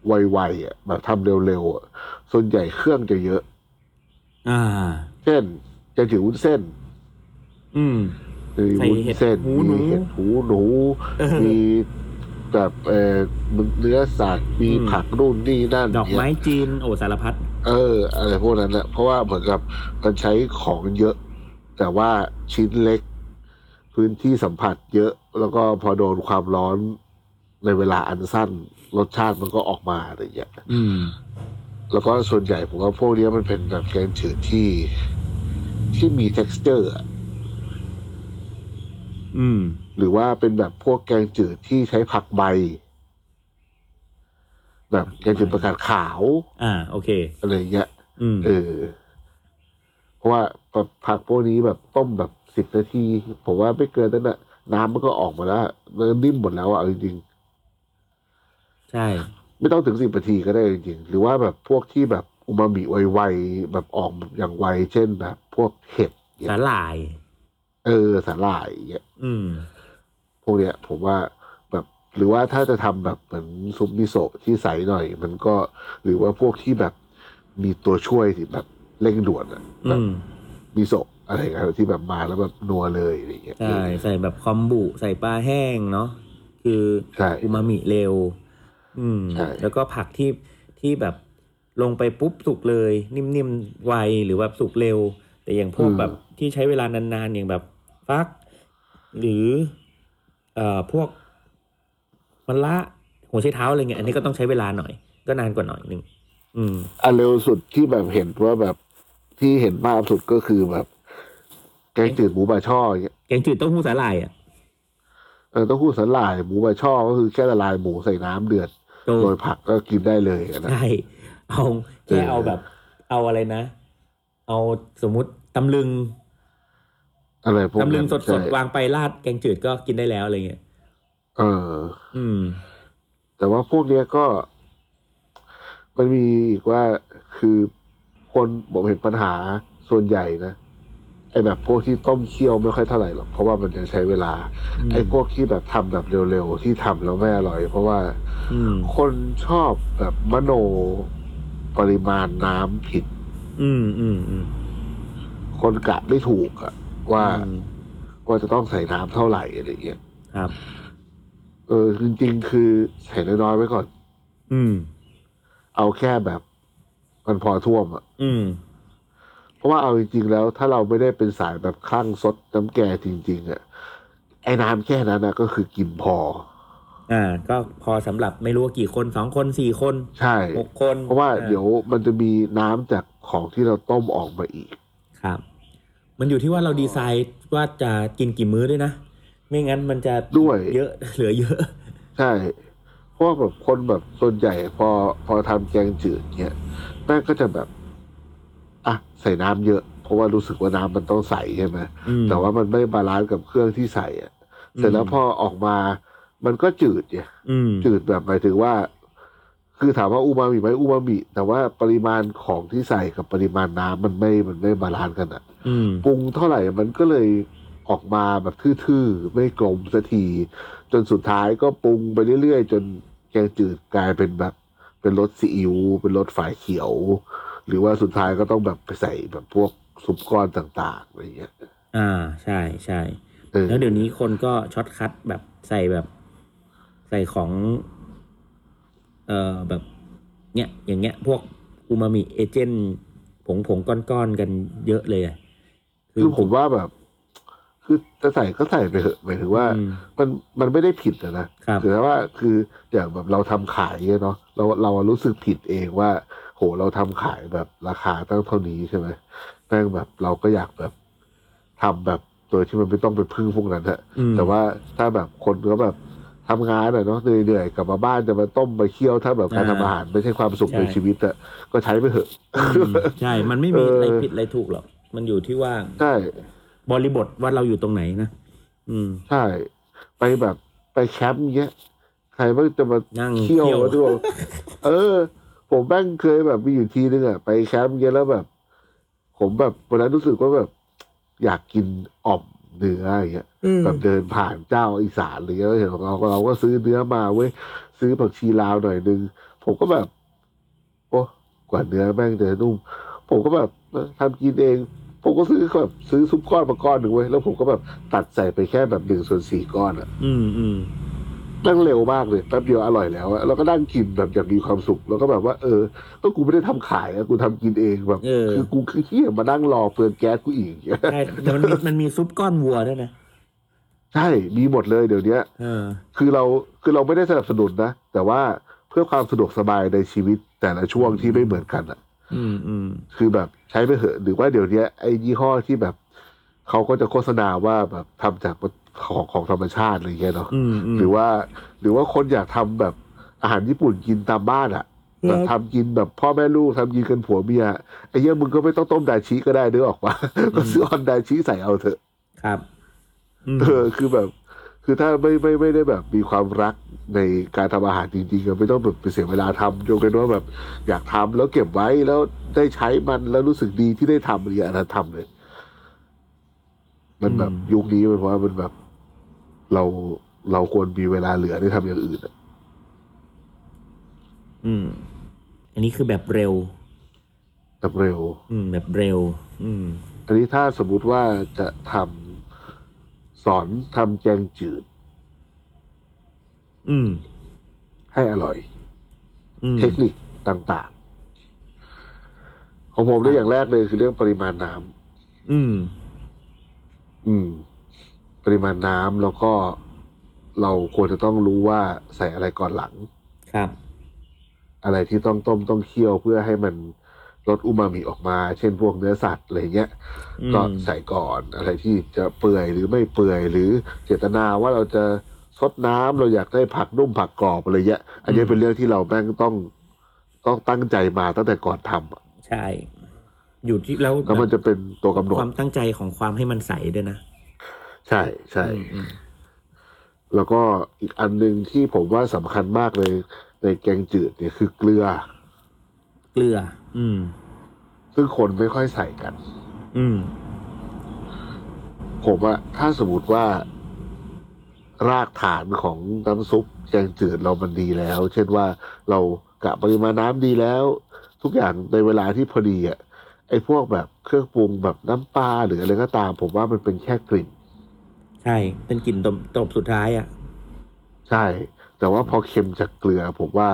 [SPEAKER 2] ไวๆอ่ะแบบทำเร็วๆอ่ะส่วนใหญ่เครื่องจะเยอะ
[SPEAKER 3] อ่า
[SPEAKER 2] เช่นจะถือวุ้นเส้น
[SPEAKER 3] อืม
[SPEAKER 2] มีวุ้นเส้น
[SPEAKER 3] ใส่
[SPEAKER 2] มี
[SPEAKER 3] เห็
[SPEAKER 2] เห็
[SPEAKER 3] ด
[SPEAKER 2] ด
[SPEAKER 3] หู
[SPEAKER 2] หูหนู
[SPEAKER 3] เออ
[SPEAKER 2] มีแบบเออเนื้อสัตว์มี
[SPEAKER 3] อืม
[SPEAKER 2] ผักนู่นนี่นั่น
[SPEAKER 3] ดอกไม้
[SPEAKER 2] เนี่ย
[SPEAKER 3] จีนโอ้สารพัด
[SPEAKER 2] เอออะไรพวกนั้นแหละเพราะว่าเหมือนกับมันใช้ของเยอะ แต่ว่าชิ้นเล็ก พื้นที่สัมผัสเยอะ แล้วก็พอโดนความร้อนในเวลาอันสั้น รสชาติมันก็ออกมาอะไรอย่างเงี้ย
[SPEAKER 3] อืม
[SPEAKER 2] แล้วก็ส่วนใหญ่ผมว่าพวกเนี้ยมันเป็นแบบแกงจืดที่ ที่มี texture อะ
[SPEAKER 3] อืม
[SPEAKER 2] หรือว่าเป็นแบบพวกแกงจืดที่ใช้ผักใบ แบบแกงจืดประกาศขาว
[SPEAKER 3] อ่า โอเค
[SPEAKER 2] อะไรอย่างเงี้ย
[SPEAKER 3] อืม
[SPEAKER 2] เออเพราะว่าผักพวกนี้แบบต้มแบบสิบนาที ผมว่าไม่เกินนั้นนะน้ำมันก็ออกมาแล้วมันนิ่มหมดแล้วอะเอาจริงๆ
[SPEAKER 3] ใช่
[SPEAKER 2] ไม่ต้องถึงสิบนาทีก็ได้จริงๆ หรือว่าแบบพวกที่แบบอูมามิไวๆแบบออกอย่างไว เช่นแบบ พวกเห็ดเนี่ย
[SPEAKER 3] สาหร่าย
[SPEAKER 2] เออสาหร่ายอย่างเงี้ย
[SPEAKER 3] อืม
[SPEAKER 2] พวกเนี้ย ผมว่าแบบหรือว่าถ้าจะทำแบบเหมือนซุปมิโซะที่ใสหน่อย มันก็หรือว่าพวกที่แบบมีตัวช่วยที่แบบเร่งด่วนอะแบ
[SPEAKER 3] อื
[SPEAKER 2] บ
[SPEAKER 3] ม
[SPEAKER 2] มิโซะอะไรกันที่แบบมาแล้วแบบนัวเลยอะไรอย่างเงี้ย
[SPEAKER 3] ใช่ ใส่แบบคอมบุ ใส่ปลาแห้งเนาะ คือ
[SPEAKER 2] ใช่
[SPEAKER 3] อูมามิเร็ว อืม
[SPEAKER 2] ใช่
[SPEAKER 3] แล้วก็ผักที่ที่แบบลงไปปุ๊บสุกเลย นิ่มๆไวหรือแบบสุกเร็ว แต่อย่างพวกแบบที่ใช้เวลานานๆอย่างแบบฟัก หรือ เอ่อพวกมะละหัวไชเท้าอะไรเงี้ยอันนี้ก็ต้องใช้เวลาหน่อย ก็นานกว่าหน่อยหนึงอืม
[SPEAKER 2] อันเร็วสุดที่แบบเห็นว่าแบบที่เห็นภาพสุดก็คือแบบแกงจืดหมูบาช่ออย่างเงี้ย
[SPEAKER 3] แกงจืดเต้าหู้สาหร่ายอ่ะ
[SPEAKER 2] เออเต้าหู้สาหร่ายหมูใบช่อก็คือแค่ละลายหมูใส่น้ำเดือด
[SPEAKER 3] โด
[SPEAKER 2] โรยผักก็กินได้เลยอะนะ
[SPEAKER 3] ใช่เอาแค่เอาแบบ เอาอะไรนะ เอาสมมุติตำลึง
[SPEAKER 2] อะไรพวกนั้น
[SPEAKER 3] ตำลึงสดๆ
[SPEAKER 2] ใช่
[SPEAKER 3] วางไปราดแกงจืดก็กินได้แล้วอะไรเงี้ย
[SPEAKER 2] เออ
[SPEAKER 3] อืม
[SPEAKER 2] แต่ว่าพวกเนี้ยก็ มันมีอีกว่าคือคนผมเห็นปัญหาส่วนใหญ่นะไอแบบพวกที่ต้มเคี่ยวไม่ค่อยเท่าไหร่หรอกเพราะว่ามันจะใช้เวลา
[SPEAKER 3] อืม
[SPEAKER 2] ไอพวกที่แบบทำแบบเร็วๆที่ทำแล้วไม่อร่อย เพราะว่า
[SPEAKER 3] อืม
[SPEAKER 2] คนชอบแบบมโนปริมาณน้ำผิด
[SPEAKER 3] อืมอืมอืม
[SPEAKER 2] คนกะไม่ถูกอะว่า
[SPEAKER 3] อืม
[SPEAKER 2] ว่าจะต้องใส่น้ำเท่าไหร่อะไรอย่างเงี้ย
[SPEAKER 3] ครับ
[SPEAKER 2] เออ จริงๆ คือใส่น้อยๆไว้ก่อน
[SPEAKER 3] อืม
[SPEAKER 2] เอาแค่แบบ มันพอท่วมอะ
[SPEAKER 3] อืม
[SPEAKER 2] เพราะว่าเอาจริงๆ แล้ว ถ้าเราไม่ได้เป็นสายแบบคลั่งซดน้ำแกงจริง ๆอะไอ้น้ำแค่นั้นนะก็คือกินพอ
[SPEAKER 3] อ่า ก็พอสำหรับไม่รู้ว่ากี่คนสองคนสี่คน
[SPEAKER 2] ใช่
[SPEAKER 3] หกคน
[SPEAKER 2] เพราะว่า
[SPEAKER 3] อ่
[SPEAKER 2] เดี๋ยวมันจะมีน้ำจากของที่เราต้มออกมาอีก
[SPEAKER 3] ครับ มันอยู่ที่ว่าเราดีไซน์ว่าจะกินกี่มื้อด้วยนะ ไม่งั้นมันจะ
[SPEAKER 2] ด้วย
[SPEAKER 3] เยอะ [LAUGHS] เหลือเยอะ
[SPEAKER 2] ใช่ เพราะว่าแบบคนแบบส่วนใหญ่ พอพอทำแกงจืดเนี่ยแม่งก็จะแบบ อ่ะใส่น้ำเยอะ เพราะว่ารู้สึกว่าน้ำมันต้องใสใช่ไหม
[SPEAKER 3] อืม
[SPEAKER 2] แต่ว่ามันไม่บาลานซ์กับเครื่องที่ใส่อะ
[SPEAKER 3] อืม
[SPEAKER 2] เสร็จแล้วพอออกมา มันก็จืดเนี่ย
[SPEAKER 3] อืม
[SPEAKER 2] จืดแบบหมายถึงว่า คือถามว่าอูมามิไหมอูมามิ แต่ว่าปริมาณของที่ใส่กับปริมาณน้ำมันไม่ มันไม่บาลานซ์กันอะ
[SPEAKER 3] อืม
[SPEAKER 2] ปรุงเท่าไหร่มันก็เลยออกมาแบบทื่อๆ ไม่กลมสักที จนสุดท้ายก็ปรุงไปเรื่อยๆ จนแกงจืดกลายเป็นแบบ เป็นรสซีอิ๊วเป็นรสฝายเขียว หรือว่าสุดท้ายก็ต้องแบบไปใส่แบบพวกซุปก้อนต่างๆอะไรอย่างเงี้ย
[SPEAKER 3] อ่า ใช่ใช่
[SPEAKER 2] เออ
[SPEAKER 3] แล้วเดี๋ยวนี้คนก็ช็อตคัทแบบใส่แบบ ใส่ของ เอ่อแบบเนี้ยอย่างเงี้ย พวกอูมามิเอเจนต์ผงผงก้อนก้อนๆกันเยอะเลยอะ
[SPEAKER 2] คือผมว่าแบบ คือจะใส่ก็ใส่ไปเถอะหมายถึงว่า
[SPEAKER 3] อืม
[SPEAKER 2] มันมันไม่ได้ผิดอะนะครับ ถือว่าคืออย่างแบบเราทำขายเนาะเราเรารู้สึกผิดเองว่า โหเราทำขายแบบราคาตั้งเท่านี้ใช่ไหมแม่งแบบเราก็อยากแบบทำแบบโดยที่มันไม่ต้องไปพึ่งพวกนั้นฮะ
[SPEAKER 3] อืม
[SPEAKER 2] แต่ว่าถ้าแบบคนก็แบบทำงานอะเนาะเหนื่อยๆกลับมาบ้านจะมาต้มมาเคี่ยวถ้าแบบการ
[SPEAKER 3] อ่า
[SPEAKER 2] ทำอาหารไม่ใช่ความสุข
[SPEAKER 3] ใช่
[SPEAKER 2] ในชีวิตอะก็ใช้ไปเถอะ
[SPEAKER 3] อืมใช่ มันไม่มี
[SPEAKER 2] เอออ
[SPEAKER 3] อะไรผิดอะไรถูกหรอก มันอยู่ที่ว่า
[SPEAKER 2] ใช่
[SPEAKER 3] บริบทว่าเราอยู่ตรงไหนนะ อืม
[SPEAKER 2] ใช่ ไปแบบไปแคมป์เงี้ยใครบ้างจะมา
[SPEAKER 3] นั่ง
[SPEAKER 2] เที่ยว
[SPEAKER 3] เที่ยว
[SPEAKER 2] มาด้วย [LAUGHS] เออ ผมแม่งเคยแบบมีอยู่ทีนึงอ่ะไปแคมป์เงี้ยแล้วแบบ ผมแบบวันนั้นรู้สึกว่าแบบ อยากกินอ่อมเนื้ออย่างเงี้ย
[SPEAKER 3] อืม
[SPEAKER 2] แบบเดินผ่านเจ้าอีสานอะไรเงี้ยแล้วเห็นของเราเราก็ซื้อเนื้อมาเว้ยซื้อผักชีลาวหน่อยนึง ผมก็แบบ โอ้กว่าเนื้อแม่งจะนุ่ม ผมก็แบบทำกินเอง ผมก็ซื้อแบบซื้อซุปก้อนมาก้อนหนึ่งไว้ยแล้วผมก็แบบตัดใส่ไปแค่แบบหนึ่งส่วนสี่ก้อนอะ
[SPEAKER 3] อืมอืม
[SPEAKER 2] นั่งเร็วมากเลยแป๊บเดียวอร่อยแล้วอะแล้วก็นั่งกินแบบอย่างมีความสุข แล้วก็แบบว่า เออ ก็กูไม่ได้ทำขายอะกูทำกินเองแบบ
[SPEAKER 3] เออ
[SPEAKER 2] คือกูคือเที่ยมานั่งรอเปลืองแก๊สกูอีก
[SPEAKER 3] ใช่แต่มันมีมันมีซุปก้อนวัวด้วยนะ
[SPEAKER 2] ใช่มีหมดเลยเดี๋ยวเนี้ย
[SPEAKER 3] เออ
[SPEAKER 2] คือเราคือเราไม่ได้สนับสนุนนะ แต่ว่าเพื่อความสะดวกสบายในชีวิตแต่ละช่วงที่ไม่เหมือนกันอะ
[SPEAKER 3] อืมอืม
[SPEAKER 2] คือแบบใช้ไปเถอะหรือว่าเดี๋ยวเนี้ยไอ้ยี่ห้อที่แบบเขาก็จะโฆษณาว่าแบบทำจากของของธรรมชาติอะไรเงี้ยเนาะ
[SPEAKER 3] อืมอืม
[SPEAKER 2] หรือว่า หรือว่าคนอยากทำแบบอาหารญี่ปุ่นกินตามบ้านอะแบบทำกินแบบพ่อแม่ลูกทำกินกันผัวเมียไอ้เยี่ยมึงก็ไม่ต้องต้มไดชีก็ได้เด้อออกมาก็ซื้อออนไดชีใส่เอาเถอะ
[SPEAKER 3] ครับอืม
[SPEAKER 2] เออคือแบบ คือถ้าไม่ไม่ไม่ได้แบบมีความรักในการทำอาหารจริงๆก็ไม่ต้องแบบไปเสียเวลาทำยกเว้นว่าแบบ อยากทำแล้วเก็บไว้แล้วได้ใช้มันแล้วรู้สึกดีที่ได้ทำอะไรอย่างเงี้ยอันนั้นทำเลย มันแบบยุคนี้มันว่ามันแบบเราเราควรมีเวลาเหลือได้ทำอย่างอื่นอะ
[SPEAKER 3] อืม อันนี้คือแบบเร็ว
[SPEAKER 2] ทำเร็ว
[SPEAKER 3] อืม แบบเร็ว อืม
[SPEAKER 2] อันนี้ถ้าสมมุติว่าจะทำสอนทำแกงจืด
[SPEAKER 3] อืม
[SPEAKER 2] ให้อร่อย
[SPEAKER 3] อืม
[SPEAKER 2] เทคนิคต่างๆ ของผมได้อย่างแรกเลยคือเรื่องปริมาณน้ำ
[SPEAKER 3] อืม
[SPEAKER 2] อืม ปริมาณน้ำแล้วก็เราควรจะต้องรู้ว่าใส่อะไรก่อนหลัง
[SPEAKER 3] ครับ
[SPEAKER 2] อะไรที่ต้องต้มต้องเคี่ยวเพื่อให้มันลดอูมามิออกมา เช่นพวกเนื้อสัตว์อะไรเงี้ย
[SPEAKER 3] อืม
[SPEAKER 2] ก็ใส่ก่อน อะไรที่จะเปื่อยหรือไม่เปื่อย หรือเจตนาว่าเราจะซดน้ำเราอยากได้ผักนุ่มผักกรอบอะไรเงี้ย อันนี้เป็นเรื่องที่เราแม่งต้องต้องตั้งใจมาตั้งแต่ก่อนทำอะ
[SPEAKER 3] ใช่ อยู่ที่แล้ว
[SPEAKER 2] แล้วมันจะเป็นตัวกำหน
[SPEAKER 3] ค
[SPEAKER 2] ด
[SPEAKER 3] วามตั้งใจของความให้มันใสด้วยนะ
[SPEAKER 2] ใช่ใช่
[SPEAKER 3] อืมอืม
[SPEAKER 2] แล้วก็อีกอันหนึ่งที่ผมว่าสำคัญมากเลยในแกงจืดเนี่ยคือเกลือ
[SPEAKER 3] เกลือ อืม
[SPEAKER 2] ซึ่งคนไม่ค่อยใส่กัน
[SPEAKER 3] อืม
[SPEAKER 2] ผมว่าถ้าสมมติว่า รากฐานของน้ำซุปแกงจืดเรามันดีแล้ว เช่นว่าเรากะปริมาณน้ำดีแล้ว ทุกอย่างในเวลาที่พอดีอ่ะไอ้พวกแบบเครื่องปรุงแบบน้ำปลาหรืออะไรก็ตาม ผมว่ามันเป็นแค่กลิ่น
[SPEAKER 3] ใช่ เป็นกลิ่นตบตบสุดท้ายอ่ะ
[SPEAKER 2] ใช่ แต่ว่าพอเค็มจากเกลือ ผมว่า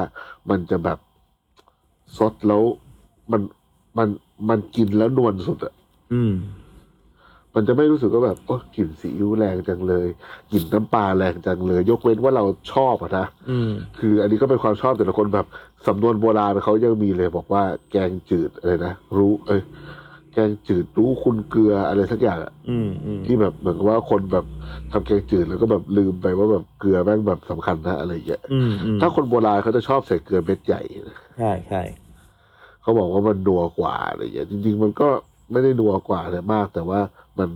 [SPEAKER 2] มันจะแบบซดแล้วมันมันมันกินแล้วนวลสุดอะ
[SPEAKER 3] อืม
[SPEAKER 2] มันจะไม่รู้สึกว่าแบบโอ้กลิ่นซีอิ๊วแรงจังเลยกลิ่นน้ำปลาแรงจังเลย ยกเว้นว่าเราชอบอะนะ
[SPEAKER 3] อืม
[SPEAKER 2] คือ อันนี้ก็เป็นความชอบแต่ละคนแบบสำนวนโบราณเขายังมีเลย บอกว่าแกงจืดอะไรนะรู้ เอ้ยแกงจืดรู้คุณเกลืออะไรสักอย่างอะ
[SPEAKER 3] อืมอืม
[SPEAKER 2] ที่แบบเหมือนกับว่าคนแบบทำแกงจืดแล้วก็แบบลืมไปว่าแบบเกลือแม่งแบบสำคัญนะอะไรอย่างเงี้ย
[SPEAKER 3] อืมอืม
[SPEAKER 2] ถ้าคนโบราณเขาจะชอบใส่เกลือเม็ดใหญ่นะ
[SPEAKER 3] ใช่ใช่
[SPEAKER 2] เขาบอกว่ามันนัวกว่าอะไรอย่างเงี้ยจริง ๆ มันก็ไม่ได้นัวกว่าอะไรมาก แต่ว่ามัน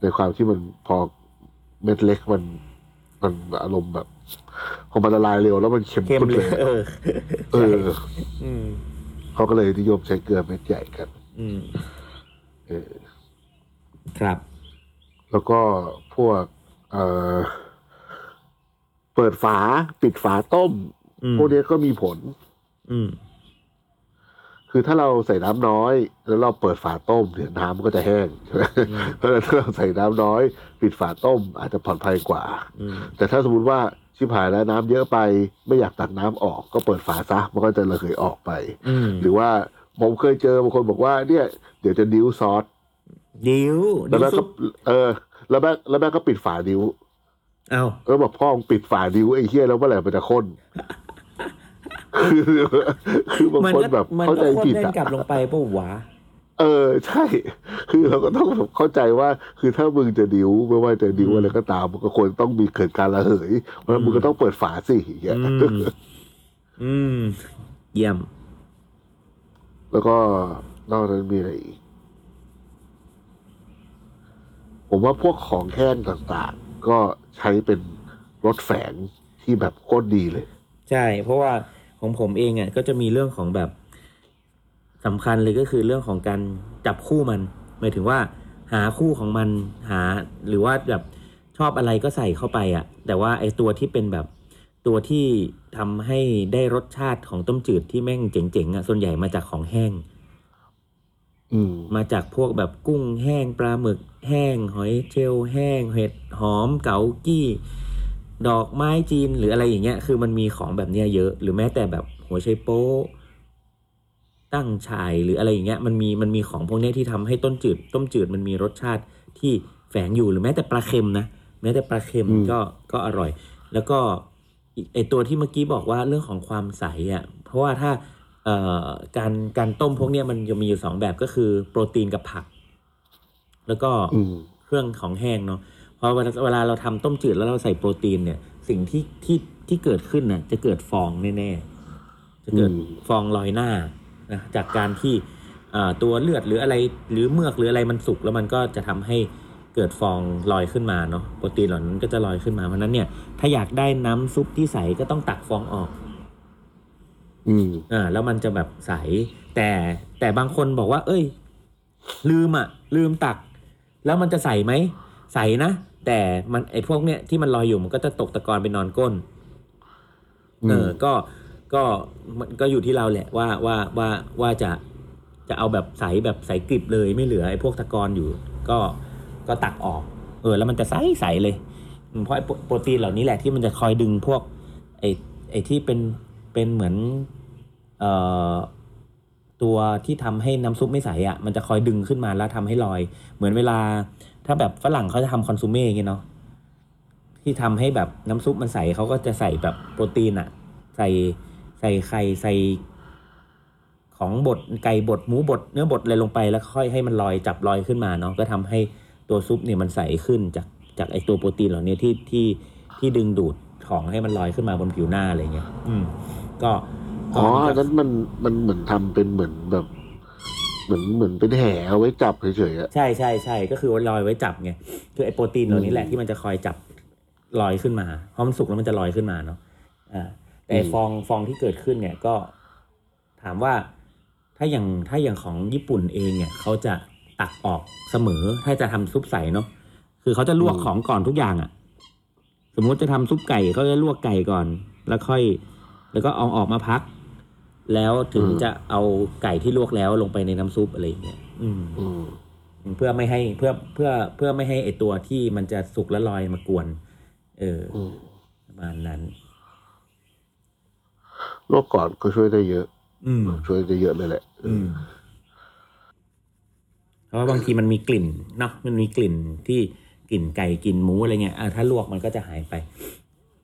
[SPEAKER 2] ในความที่มันพอเม็ดเล็กมัน มันอารมณ์แบบพอมันละลายเร็วแล้วมันเค็ม
[SPEAKER 3] เข้ม
[SPEAKER 2] ข้น
[SPEAKER 3] เล
[SPEAKER 2] เลย ย
[SPEAKER 3] เออ
[SPEAKER 2] เออ
[SPEAKER 3] อืม
[SPEAKER 2] เขาก็เลยนิยมใช้เกลือเม็ดใหญ่กัน
[SPEAKER 3] อืม
[SPEAKER 2] เออ
[SPEAKER 3] ครับ
[SPEAKER 2] แล้วก็พวก เออเปิดฝาปิดฝาต้ม
[SPEAKER 3] อืม
[SPEAKER 2] พวกเนี้ยก็มีผล
[SPEAKER 3] อืม
[SPEAKER 2] คือถ้าเราใส่น้ำน้อย แล้วเราเปิดฝาต้มเดี๋ยวน้ำมันก็จะแห้งใช่ไหมเพราะฉะนั้นถ้าเราใส่น้ำน้อย ปิดฝาต้มอาจจะปลอดภัยกว่า
[SPEAKER 3] อืม
[SPEAKER 2] แต่ถ้าสมมติว่าชิบหายแล้วน้ำเยอะไปไม่อยากตักน้ำออกก็เปิดฝาซะมันก็จะระเหยออกไป
[SPEAKER 3] อืม
[SPEAKER 2] หรือว่าผมเคยเจอบางคนบอกว่าเนี่ยเดี๋ยวจะดิ้วซอส
[SPEAKER 3] ดิว
[SPEAKER 2] แล้ว
[SPEAKER 3] ดิว
[SPEAKER 2] แม่
[SPEAKER 3] ซุ
[SPEAKER 2] ก็
[SPEAKER 3] ป
[SPEAKER 2] เออ แล้วแม่แล้วแม่ก็ปิดฝาดิ้ว
[SPEAKER 3] เอ้า
[SPEAKER 2] แล้วบอกพ่อมึงปิดฝาดิ้วไอ้เหี้ยแล้วเมื่อไหร่มันจะ
[SPEAKER 3] [LAUGHS]
[SPEAKER 2] ข้นคือ [LAUGHS] คือบาง
[SPEAKER 3] มั
[SPEAKER 2] คน
[SPEAKER 3] ก็
[SPEAKER 2] แบบ
[SPEAKER 3] มัน
[SPEAKER 2] เข้า
[SPEAKER 3] ก็
[SPEAKER 2] ใจ
[SPEAKER 3] โคต
[SPEAKER 2] ผิ
[SPEAKER 3] ร
[SPEAKER 2] ด
[SPEAKER 3] เล่น
[SPEAKER 2] อะ
[SPEAKER 3] กลับลงไปปะวะ
[SPEAKER 2] เออใช่ [LAUGHS] คือเราก็ต้องแบบเข้าใจว่า คือถ้ามึงจะดิ้วไม่ว่าจะดิ้ว
[SPEAKER 3] อืม
[SPEAKER 2] อะไรก็ตามมันก็ควรต้องมีเกิดการระเหยเพราะฉะนั้นมึงก็ต้องเปิดฝาสิอย่างเงี้ย
[SPEAKER 3] อืม อืม เยี่ยม
[SPEAKER 2] แล้วก็นอกจากนั้นมีอะไรอีก ผมว่าพวกของแห้งต่างๆ ก็ใช้เป็นรถแฝงที่แบบโคตรดีเลย
[SPEAKER 3] ใช่ เพราะว่าของผมเองอ่ะก็จะมีเรื่องของแบบสำคัญเลยก็คือเรื่องของการจับคู่มัน หมายถึงว่า หาคู่ของมันหา หรือว่าแบบชอบอะไรก็ใส่เข้าไปอ่ะ แต่ว่าไอ้ตัวที่เป็นแบบ ตัวที่ทำให้ได้รสชาติของต้มจืดที่แม่งเจ๋งๆอ่ะส่วนใหญ่มาจากของแห้ง
[SPEAKER 2] อืม
[SPEAKER 3] มาจากพวกแบบกุ้งแห้งปลาหมึกแห้ง หอยเชลล์แห้ง เห็ดหอมเกากี้ ดอกไม้จีนหรืออะไรอย่างเงี้ย คือมันมีของแบบเนี้ยเยอะ หรือแม้แต่แบบหัวไชโป๊ะตั้งชายหรืออะไรอย่างเงี้ยมันมีมันมีของพวกเนี้ยที่ทำให้ต้นจืด ต้มจืดมันมีรสชาติที่แฝงอยู่หรือแม้แต่ปลาเค็มนะแม้แต่ปลาเค็ม
[SPEAKER 2] อืม
[SPEAKER 3] ก็ก็อร่อย แล้วก็อีกไอตัวที่เมื่อกี้บอกว่าเรื่องของความใสอะ่ะเพราะว่าถ้า เอ่อการการต้มพวกเนี้ยมันจะมีอยู่สองแบบก็คือโปรตีนกับผัก แล้วก็
[SPEAKER 2] อืม
[SPEAKER 3] เครื่องของแห้งเนาะเพอเวลาเวลาเราทำต้มจืดแล้วเราใส่โปรตีนเนี่ย สิ่งที่ที่ที่เกิดขึ้นน่ะจะเกิดฟองแน่ๆจะเกิด
[SPEAKER 2] อืม
[SPEAKER 3] ฟองลอยหน้านะจากการที่เอ่อตัวเลือดหรืออะไรหรือเมือกหรืออะไรมันสุกแล้วมันก็จะทำให้เกิดฟองลอยขึ้นมาเนาะโปรตีนเหล่านั้นก็จะลอยขึ้นมาเพราะฉะนั้นเนี่ยถ้าอยากได้น้ำซุปที่ใสก็ต้องตักฟองออก
[SPEAKER 2] อืม
[SPEAKER 3] อ่าแล้วมันจะแบบใส แต่แต่บางคนบอกว่า เอ้ย ลืมอ่ะ ลืมตัก แล้วมันจะใสไหมใสนะ แต่มันไอ้พวกเนี้ยที่มันลอยอยู่มันก็จะตกตะกอนไปนอนก้น เออ ก็ ก็มันก็อยู่ที่เราแหละว่าว่าว่าว่าจะจะเอาแบบใสแบบใสกริบเลยไม่เหลือไอ้พวกตะกอนอยู่ ก็ก็ตักออก เออ แล้วมันจะใสใสเลยอืมเพราะไอ้โปรโปรตีนเหล่านี้แหละที่มันจะคอยดึงพวก ไอ้ไอ้ที่เป็นเป็นเหมือน เอ่อตัวที่ทำให้น้ำซุปไม่ใสอะ่ะ มันจะคอยดึงขึ้นมาแล้วทำให้ลอย เหมือนเวลา ถ้าแบบฝรั่งเขาจะทำคอนซูเม่อย่างเงี้ยเนาะที่ทำให้แบบน้ำซุปมันใสเขาก็จะใส่แบบโปรตีนอะ่ะ ใส่ใส่ไข่ใส่ของบดไก่บดหมูบดเนื้อบดอะไรลงไปแล้วค่อยให้มันลอยจับลอยขึ้นมาเนาะก็ทำให้ตัวซุปเนี่ยมันใสขึ้นจากจากไอตัวโปรตีนเหล่านี้ที่ที่ที่ดึงดูดของให้มันลอยขึ้นมาบนผิวหน้าอะไรเงี้ยอืม ก็ก็
[SPEAKER 2] อ๋อ
[SPEAKER 3] มัน
[SPEAKER 2] อัน
[SPEAKER 3] ก็
[SPEAKER 2] นั้นมันมันเหมือนทำเป็นเหมือนแบบ เหมือนเหมือนเป็นแหเอาไว้จับเฉยๆอะ
[SPEAKER 3] ใช่ใช่ใช่ก็คือว่าลอยไว้จับไงคือไอโปรตีนตัวนี้แหละ
[SPEAKER 2] อืม
[SPEAKER 3] ที่มันจะคอยจับลอยขึ้นมาเพราะมันสุกแล้วมันจะลอยขึ้นมาเนาะอ่าแต่
[SPEAKER 2] อืม
[SPEAKER 3] ฟองฟองที่เกิดขึ้นเนี่ยก็ ถามว่าถ้าอย่างถ้าอย่างของญี่ปุ่นเองเนี่ยเขาจะตักออกเสมอถ้าจะทำซุปใสเนาะคือเขาจะลวกของก่อนทุกอย่างอะ่ะ สมมุติจะทำซุปไก่เขาจะลวกไก่ก่อน แล้วค่อย แล้วก็เอาออกมาพัก แล้วถึง
[SPEAKER 2] อืม
[SPEAKER 3] จะเอาไก่ที่ลวกแล้วลงไปในน้ำซุปอะไรอย่างเงี้ยอืม
[SPEAKER 2] อืม
[SPEAKER 3] เพื่อไม่ให้เพื่อเพื่อเพื่อไม่ให้ไอตัวที่มันจะสุกและลอยมากวน เออ
[SPEAKER 2] อืม
[SPEAKER 3] ประมาณนั้น
[SPEAKER 2] โรคก่อนก็ช่วยได้เยอะ
[SPEAKER 3] อืม
[SPEAKER 2] ช่วยได้เยอะเลยแหละ
[SPEAKER 3] อืมเพราะว่าบางทีมันมีกลิ่นเนาะมันมีกลิ่นที่กลิ่นไก่กลิ่นหมูอะไรเงี้ยอ่ะถ้าลวกมันก็จะหายไป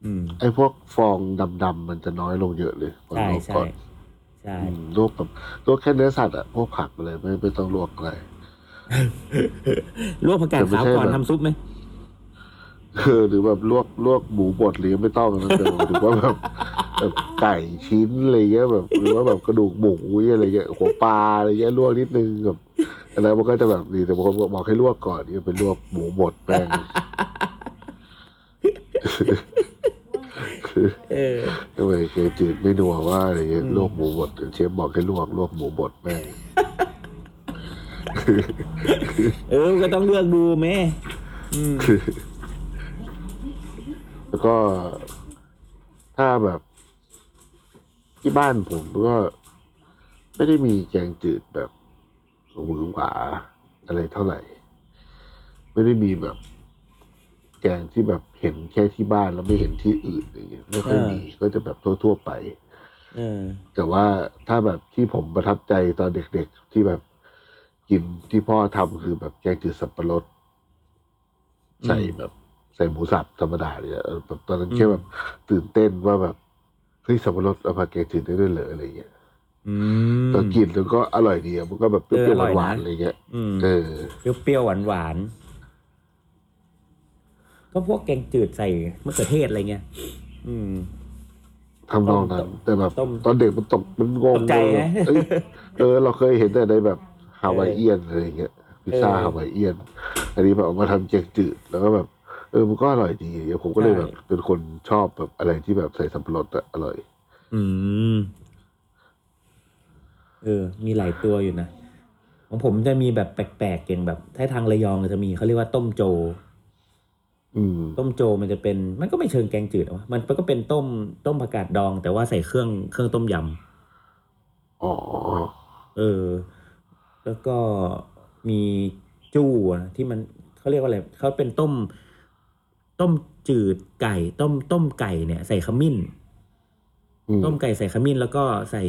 [SPEAKER 3] อืม
[SPEAKER 2] ไอ้พวกฟองดำๆมันจะน้อยลงเยอะเลยพอลวก
[SPEAKER 3] ใช่ใช่
[SPEAKER 2] ก่อน
[SPEAKER 3] ใช่
[SPEAKER 2] อืมลวกแบบลวกแค่เนื้อสัตว์อะพวกผักอะไรไม่ไม่ต้องลวกอะไร
[SPEAKER 3] ลวกผักกาด
[SPEAKER 2] แต่ไม่
[SPEAKER 3] ขาว
[SPEAKER 2] ใช่
[SPEAKER 3] ก่อน
[SPEAKER 2] แบบ
[SPEAKER 3] ทำซุปไหม
[SPEAKER 2] คือ [LAUGHS] หรือแบบลวกลวกหมูบดหรือไม่ต้อง [LAUGHS] นะแต่หรือว่าแบบแบบไก่ชิ้นอะไรเงี้ยแบบหรือว่าแบบกระดูกหมูอะไรเงี้ยหัวปลาอะไรเงี้ยลวกนิดนึงแบบอันนั้นมันก็จะแบบดีแต่บางคนบอกให้ลวกก่อนเนี่ยเป็นลวกหมูบดแป้ง
[SPEAKER 3] [LAUGHS] เออ
[SPEAKER 2] [LAUGHS] ทำไมเคยจืดไม่นัวว่าอะไรเงี้ยลวกหมูบดเชฟบอกให้ลวกลวกหมูบดแป้ง
[SPEAKER 3] เออก็ต้องเลือกดูแม่ อืม
[SPEAKER 2] แล้วก็ ถ้าแบบที่บ้านผมก็ไม่ได้มีแกงจืดแบบหวือหวาอะไรเท่าไหร่ ไม่ได้มีแบบ แกงที่แบบเห็นแค่ที่บ้านแล้วไม่เห็นที่อื่นอย่างเงี้ยไม่ค่อยมีก็จะแบบทั่วๆไป
[SPEAKER 3] เออ
[SPEAKER 2] แต่ว่าถ้าแบบที่ผมประทับใจตอนเด็กๆที่แบบกินที่พ่อทำคือแบบแกงจืดสับปะรด
[SPEAKER 3] อืม
[SPEAKER 2] ใส่แบบ ใส่หมูสับธรรมดาเนี่ยเออแบบตอนนั้น
[SPEAKER 3] อืม
[SPEAKER 2] แค่แบบตื่นเต้นว่าแบบเฮ้ยสับปะรดเอามาแกงจืดได้ด้วยเหรออะไรเงี้ย
[SPEAKER 3] อืม
[SPEAKER 2] ตอนกินแล้วก็อร่อยดีอะมันก็แบบเปรี้ยว
[SPEAKER 3] เอออร่อย
[SPEAKER 2] ๆ
[SPEAKER 3] นะ
[SPEAKER 2] หวานๆอะไรเงี้ย
[SPEAKER 3] อืม
[SPEAKER 2] เออ
[SPEAKER 3] เปรี้ยวๆหวานๆ ก็พวกแกงจืดใส่มะเขือเทศอะไรเงี้ย อืม
[SPEAKER 2] ทำนองนั้
[SPEAKER 3] ต้
[SPEAKER 2] น
[SPEAKER 3] ม
[SPEAKER 2] แต่แบบ
[SPEAKER 3] ต้ม
[SPEAKER 2] ตอนเด็กมันตกมันงง
[SPEAKER 3] ตกใจ
[SPEAKER 2] เลย
[SPEAKER 3] นะ [LAUGHS]
[SPEAKER 2] เอ้ยเออ เราเคยเห็นแต่ในแบบฮาวายเอียนอะไรอย่างเงี้ยพิซซ่า
[SPEAKER 3] เออ
[SPEAKER 2] ฮาวายเอียน อันนี้แบบเอามาทำแกงจืดแล้วก็แบบ เออมันก็อร่อยดีอย่างเงี้ยผมก็เลย
[SPEAKER 3] ใช่
[SPEAKER 2] แบบเป็นคนชอบแบบอะไรที่แบบใส่สับปะรดอะอร่อย
[SPEAKER 3] อืม เออ มีหลายตัวอยู่นะ ของผมจะมีแบบแปลกๆอย่างแบบ ถ้าทางระยองจะมีเขาเรียกว่าต้มโจ
[SPEAKER 2] อืม
[SPEAKER 3] ต้มโจมันจะเป็นมันก็ไม่เชิงแกงจืดหรอกวะมันก็เป็นต้มต้มผักกาดดอง แต่ว่าใส่เครื่องเครื่องต้มย
[SPEAKER 2] อ๋อ
[SPEAKER 3] ำเออ แล้วก็มีจู้อะที่มันเขาเรียกว่าอะไรเขาเป็นต้ม ต้มจืดไก่ ต้มต้มไก่เนี่ย ใส่ขมิ้น
[SPEAKER 2] อืม
[SPEAKER 3] ต้มไก่ใส่ขมิ้นแล้วก็ใส่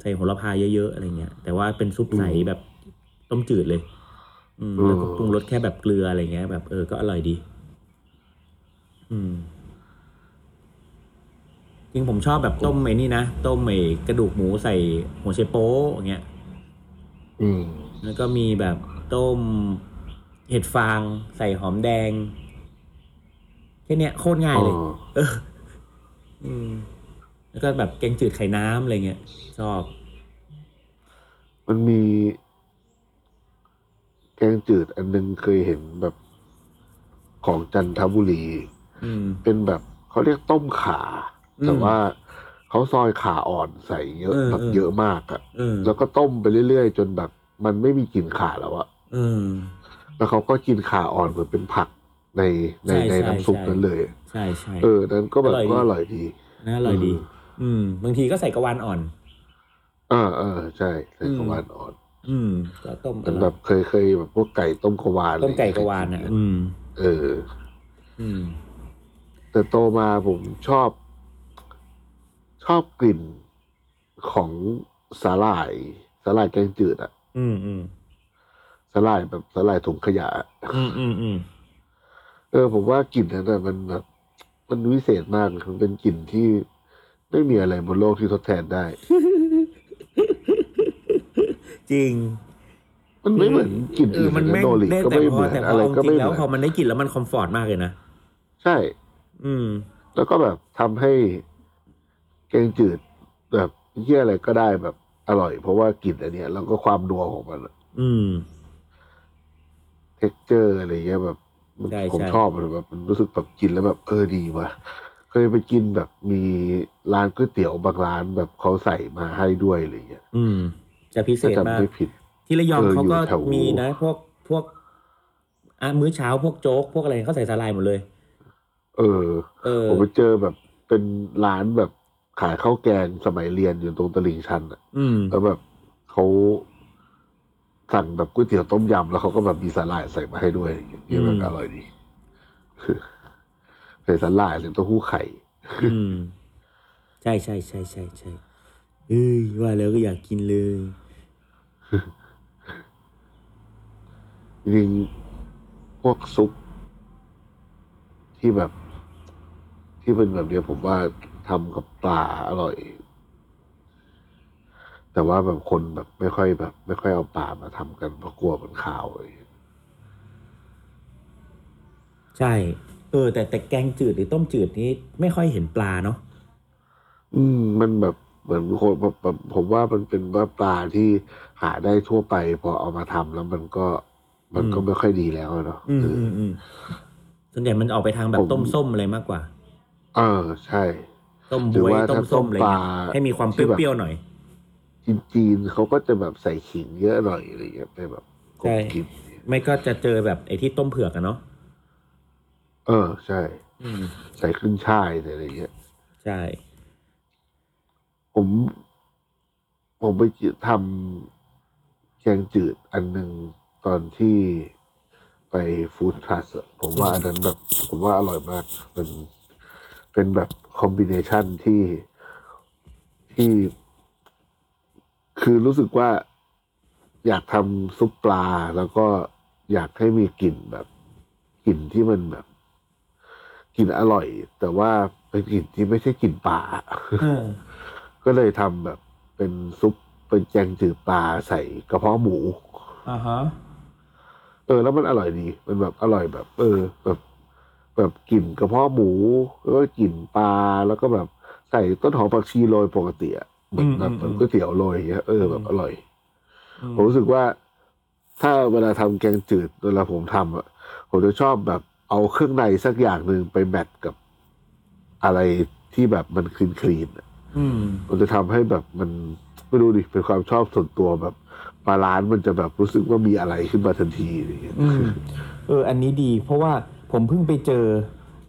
[SPEAKER 3] ใส่โหระพาเยอะๆอะไรเงี้ยแต่ว่าเป็นซุปใสแบบต้มจืดเลย อืม
[SPEAKER 2] อืม
[SPEAKER 3] แล้วก็ปรุงรสแค่แบบเกลืออะไรเงี้ย แบบเออก็อร่อยดี อืม จริงผมชอบแบบต้มไอ้นี่นะต้มไอ้กระดูกหมูใส่หัวไชโป๊ะอย่างเงี้ย
[SPEAKER 2] อืม
[SPEAKER 3] แล้วก็มีแบบต้มเห็ดฟางใส่หอมแดงแค่เนี้ยโคตรง่ายเลย
[SPEAKER 2] อ๋อ
[SPEAKER 3] เออ อืม แล้วก็แบบแกงจืดไข่น้ำอะไรเงี้ยชอบ
[SPEAKER 2] มันมีแกงจืดอันนึงเคยเห็นแบบของจันทบุรี
[SPEAKER 3] อืม
[SPEAKER 2] เป็นแบบเขาเรียกต้มขา
[SPEAKER 3] อืม
[SPEAKER 2] แต่ว่าเขาซอยขาอ่อนใส่เยอะ
[SPEAKER 3] เออ
[SPEAKER 2] แบบ
[SPEAKER 3] เออ
[SPEAKER 2] เยอะมากอะ
[SPEAKER 3] เออ
[SPEAKER 2] แล้วก็ต้มไปเรื่อยๆ จนแบบ มันไม่มีกลิ่นขาแล้วอะ
[SPEAKER 3] เออ
[SPEAKER 2] แล้วเขาก็กินขาอ่อนเหมือนเป็นผักในใน
[SPEAKER 3] ใช่
[SPEAKER 2] ใน
[SPEAKER 3] ใช่
[SPEAKER 2] น้ำซุป
[SPEAKER 3] ใช่
[SPEAKER 2] นั้นเลย
[SPEAKER 3] ใช่ใช่
[SPEAKER 2] เออ นั้นก็แบบ
[SPEAKER 3] อ
[SPEAKER 2] ก็
[SPEAKER 3] ร่อยดี
[SPEAKER 2] อร่อยดี
[SPEAKER 3] น่าอร่อยดี
[SPEAKER 2] เออ
[SPEAKER 3] อืม บางทีก็ใส่กระวานอ่อน
[SPEAKER 2] อ่าอ่าใช่ใส่
[SPEAKER 3] อืม
[SPEAKER 2] กระวานอ่อน
[SPEAKER 3] อืม ก็ต้ม
[SPEAKER 2] มันแบบเคยเคยแบบพวกไก่ต้มกระวาน
[SPEAKER 3] ต้มไก่กระวาน
[SPEAKER 2] อไรอย่
[SPEAKER 3] อ่ะ
[SPEAKER 2] งเงี้ย
[SPEAKER 3] อืม
[SPEAKER 2] เออ
[SPEAKER 3] อืม
[SPEAKER 2] แต่โตมาผมชอบ ชอบกลิ่นของสาหร่ายสาหร่ายแกงจืดอะ
[SPEAKER 3] อืมอืม
[SPEAKER 2] สาหร่ายแบบสาหร่ายถุงขยะอะ
[SPEAKER 3] อืมอืมอืม
[SPEAKER 2] เออผมว่ากลิ่นนั้นอะมันแบบมันวิเศษมากมันเป็นกลิ่นที่ไม่มีอะไรบนโลกที่ทดแทนได้
[SPEAKER 3] จริง
[SPEAKER 2] มันไม่เหมือนกลิ่น
[SPEAKER 3] เอ
[SPEAKER 2] อื่
[SPEAKER 3] อน มัน
[SPEAKER 2] นะ
[SPEAKER 3] แม่ง
[SPEAKER 2] โนริ
[SPEAKER 3] ได้
[SPEAKER 2] ก็
[SPEAKER 3] แต่
[SPEAKER 2] ไม่
[SPEAKER 3] พ
[SPEAKER 2] เห
[SPEAKER 3] อ
[SPEAKER 2] มือน
[SPEAKER 3] แต่
[SPEAKER 2] อะ
[SPEAKER 3] พอ
[SPEAKER 2] ไร
[SPEAKER 3] เอา
[SPEAKER 2] ก็
[SPEAKER 3] จริ
[SPEAKER 2] ไม่
[SPEAKER 3] ง
[SPEAKER 2] เห
[SPEAKER 3] แล้ว
[SPEAKER 2] มือน
[SPEAKER 3] พอมันได้กลิ่นแล้วมันคอมฟอร์ตมากเลยนะ
[SPEAKER 2] ใช่
[SPEAKER 3] อืม
[SPEAKER 2] แล้วก็แบบทำให้แกงจืด แบบเยี่ยอะไรก็ได้แบบอร่อย เพราะว่ากลิ่นอันเนี้ยแล้วก็ความนัวของมันอะ
[SPEAKER 3] อืม
[SPEAKER 2] เท็กเจอร์อะไรเงี้ยแบบมัน
[SPEAKER 3] ใช่
[SPEAKER 2] ผม
[SPEAKER 3] ใช่
[SPEAKER 2] ชอบมันแบบมันรู้สึกแบบกินแล้วแบบเออดีว่ะเคยไปกินแบบมีร้านก๋วยเตี๋ยวบางร้านแบบเขาใส่มาให้ด้วยอะไรเงี้ย
[SPEAKER 3] อืม จะพิเศ
[SPEAKER 2] ถ้า
[SPEAKER 3] ษ
[SPEAKER 2] จำ
[SPEAKER 3] มาก
[SPEAKER 2] ไม่ผิด
[SPEAKER 3] ที่ระยอง
[SPEAKER 2] เออ
[SPEAKER 3] เขาก็
[SPEAKER 2] อยู่แถว
[SPEAKER 3] มีนะ พวกพวกอ่ะมื้อเช้าพวกโจ๊ก พวกอะไรเขาใส่สาลายหมดเลย
[SPEAKER 2] เออ
[SPEAKER 3] เออ
[SPEAKER 2] ผมไปเจอแบบเป็นร้านแบบขายข้าวแกงสมัยเรียนอยู่ตรงตลิ่งชันอะ
[SPEAKER 3] อืม
[SPEAKER 2] แล้วแบบเขาสั่งแบบก๋วยเตี๋ยวต้มยำแล้วเขาก็แบบมีสาหร่ายใส่มาให้ด้วยอะไรเงี้ยเยอะมาก
[SPEAKER 3] อืม
[SPEAKER 2] อร่อยดี [LAUGHS] ใส่สาหร่ายหรือเต้าหู้ไข่
[SPEAKER 3] อืม ใช่ใช่ใช่ใช่ใช่เอ้ยว่าแล้วก็อยากกินเลย
[SPEAKER 2] จริงๆพวกซุปที่แบบ ที่เป็นแบบเนี้ยผมว่าทำกับปลาอร่อย แต่ว่าแบบคนแบบไม่ค่อยแบบ ไม่ค่อยเอาปลามาทำกันเพราะกลัวมันขาวอะไรอย่างเงี้ย
[SPEAKER 3] ใช่ เออ แต่แต่แกงจืดหรือต้มจืดนี้ไม่ค่อยเห็นปลาเนาะ
[SPEAKER 2] อืม มันแบบเหมือนคนแบบแบบผมว่ามันเป็นว่าปลาที่หาได้ทั่วไป พอเอามาทำแล้วมันก็ มันก็ไม่ค่อยดีแล้วเนาะ
[SPEAKER 3] อืม
[SPEAKER 2] เออ
[SPEAKER 3] อืมอืมส่วนใหญ่มันออกไปทางแบบ
[SPEAKER 2] ผม
[SPEAKER 3] ต้มส้มอะไรมากกว่า
[SPEAKER 2] เออ ใช่
[SPEAKER 3] ต้ม
[SPEAKER 2] หรื
[SPEAKER 3] บ
[SPEAKER 2] อ
[SPEAKER 3] วย
[SPEAKER 2] ว่า
[SPEAKER 3] ต้ม
[SPEAKER 2] ถ้า
[SPEAKER 3] ส้มอะไร
[SPEAKER 2] ต้มป
[SPEAKER 3] เงี้
[SPEAKER 2] ลาย
[SPEAKER 3] ให้มีความเป
[SPEAKER 2] ที่แบบ
[SPEAKER 3] รี้ยวๆหน่อย
[SPEAKER 2] จีนๆเขาก็จะแบบใส่ขิงเยอะหน่อยอะไรอย่างเงี้ยไปแบบกล
[SPEAKER 3] ใช่
[SPEAKER 2] มกิน
[SPEAKER 3] ไม่ก็จะเจอแบบไอ้ที่ต้มเผือกอะเนาะ
[SPEAKER 2] เออ ใช่
[SPEAKER 3] อืม
[SPEAKER 2] ใส่ขึ้นช่ายใส่อะไรอย่างเงี้ย
[SPEAKER 3] ใช่
[SPEAKER 2] ผม ผมไปทำแกงจืดอันหนึ่งตอนที่ไปฟู้ดทรัสผมว่าอันนั้นแบบ ผมว่าอร่อยมากมันเป็นแบบคอมบิเนชันที่ที่ คือรู้สึกว่าอยากทำซุปปลา แล้วก็อยากให้มีกลิ่นแบบกลิ่นที่มันแบบกลิ่นอร่อย แต่ว่าเป็นกลิ่นที่ไม่ใช่กลิ่นปลา
[SPEAKER 3] เออ
[SPEAKER 2] ก็เลยทำแบบเป็นซุปเป็นแกงจืดปลาใส่กระเพาะหมู
[SPEAKER 3] อ่าฮะ
[SPEAKER 2] เออ แล้วมันอร่อยดี มันแบบอร่อยแบบ เออ แบบ แบบกลิ่นกระเพาะหมูแล้วก็กลิ่นปลาแล้วก็แบบใส่ต้นหอมผักชีโรยปกติอะเหมือน
[SPEAKER 3] อืม
[SPEAKER 2] แบบเหมือน
[SPEAKER 3] อืม
[SPEAKER 2] ก๋วยเตี๋ยวโรยอย่างเงี้ยเออแบบ
[SPEAKER 3] อืม
[SPEAKER 2] อร่อย
[SPEAKER 3] อืม
[SPEAKER 2] ผมรู้สึกว่า ถ้าเวลาทำแกงจืดเวลาผมทำอะผมจะชอบแบบเอาเครื่องในสักอย่างหนึ่งไปแมทกับอะไรที่แบบมันคลีนคลีนๆอะ
[SPEAKER 3] อืม
[SPEAKER 2] มันจะทำให้แบบมันไม่รู้ดิเป็นความชอบส่วนตัวแบบบาลานซ์มันจะแบบรู้สึกว่ามีอะไรขึ้นมาทันทีอะไรอย่างเงี้ย
[SPEAKER 3] อืม เออ อันนี้ดี เพราะว่า ผมเพิ่งไปเจอ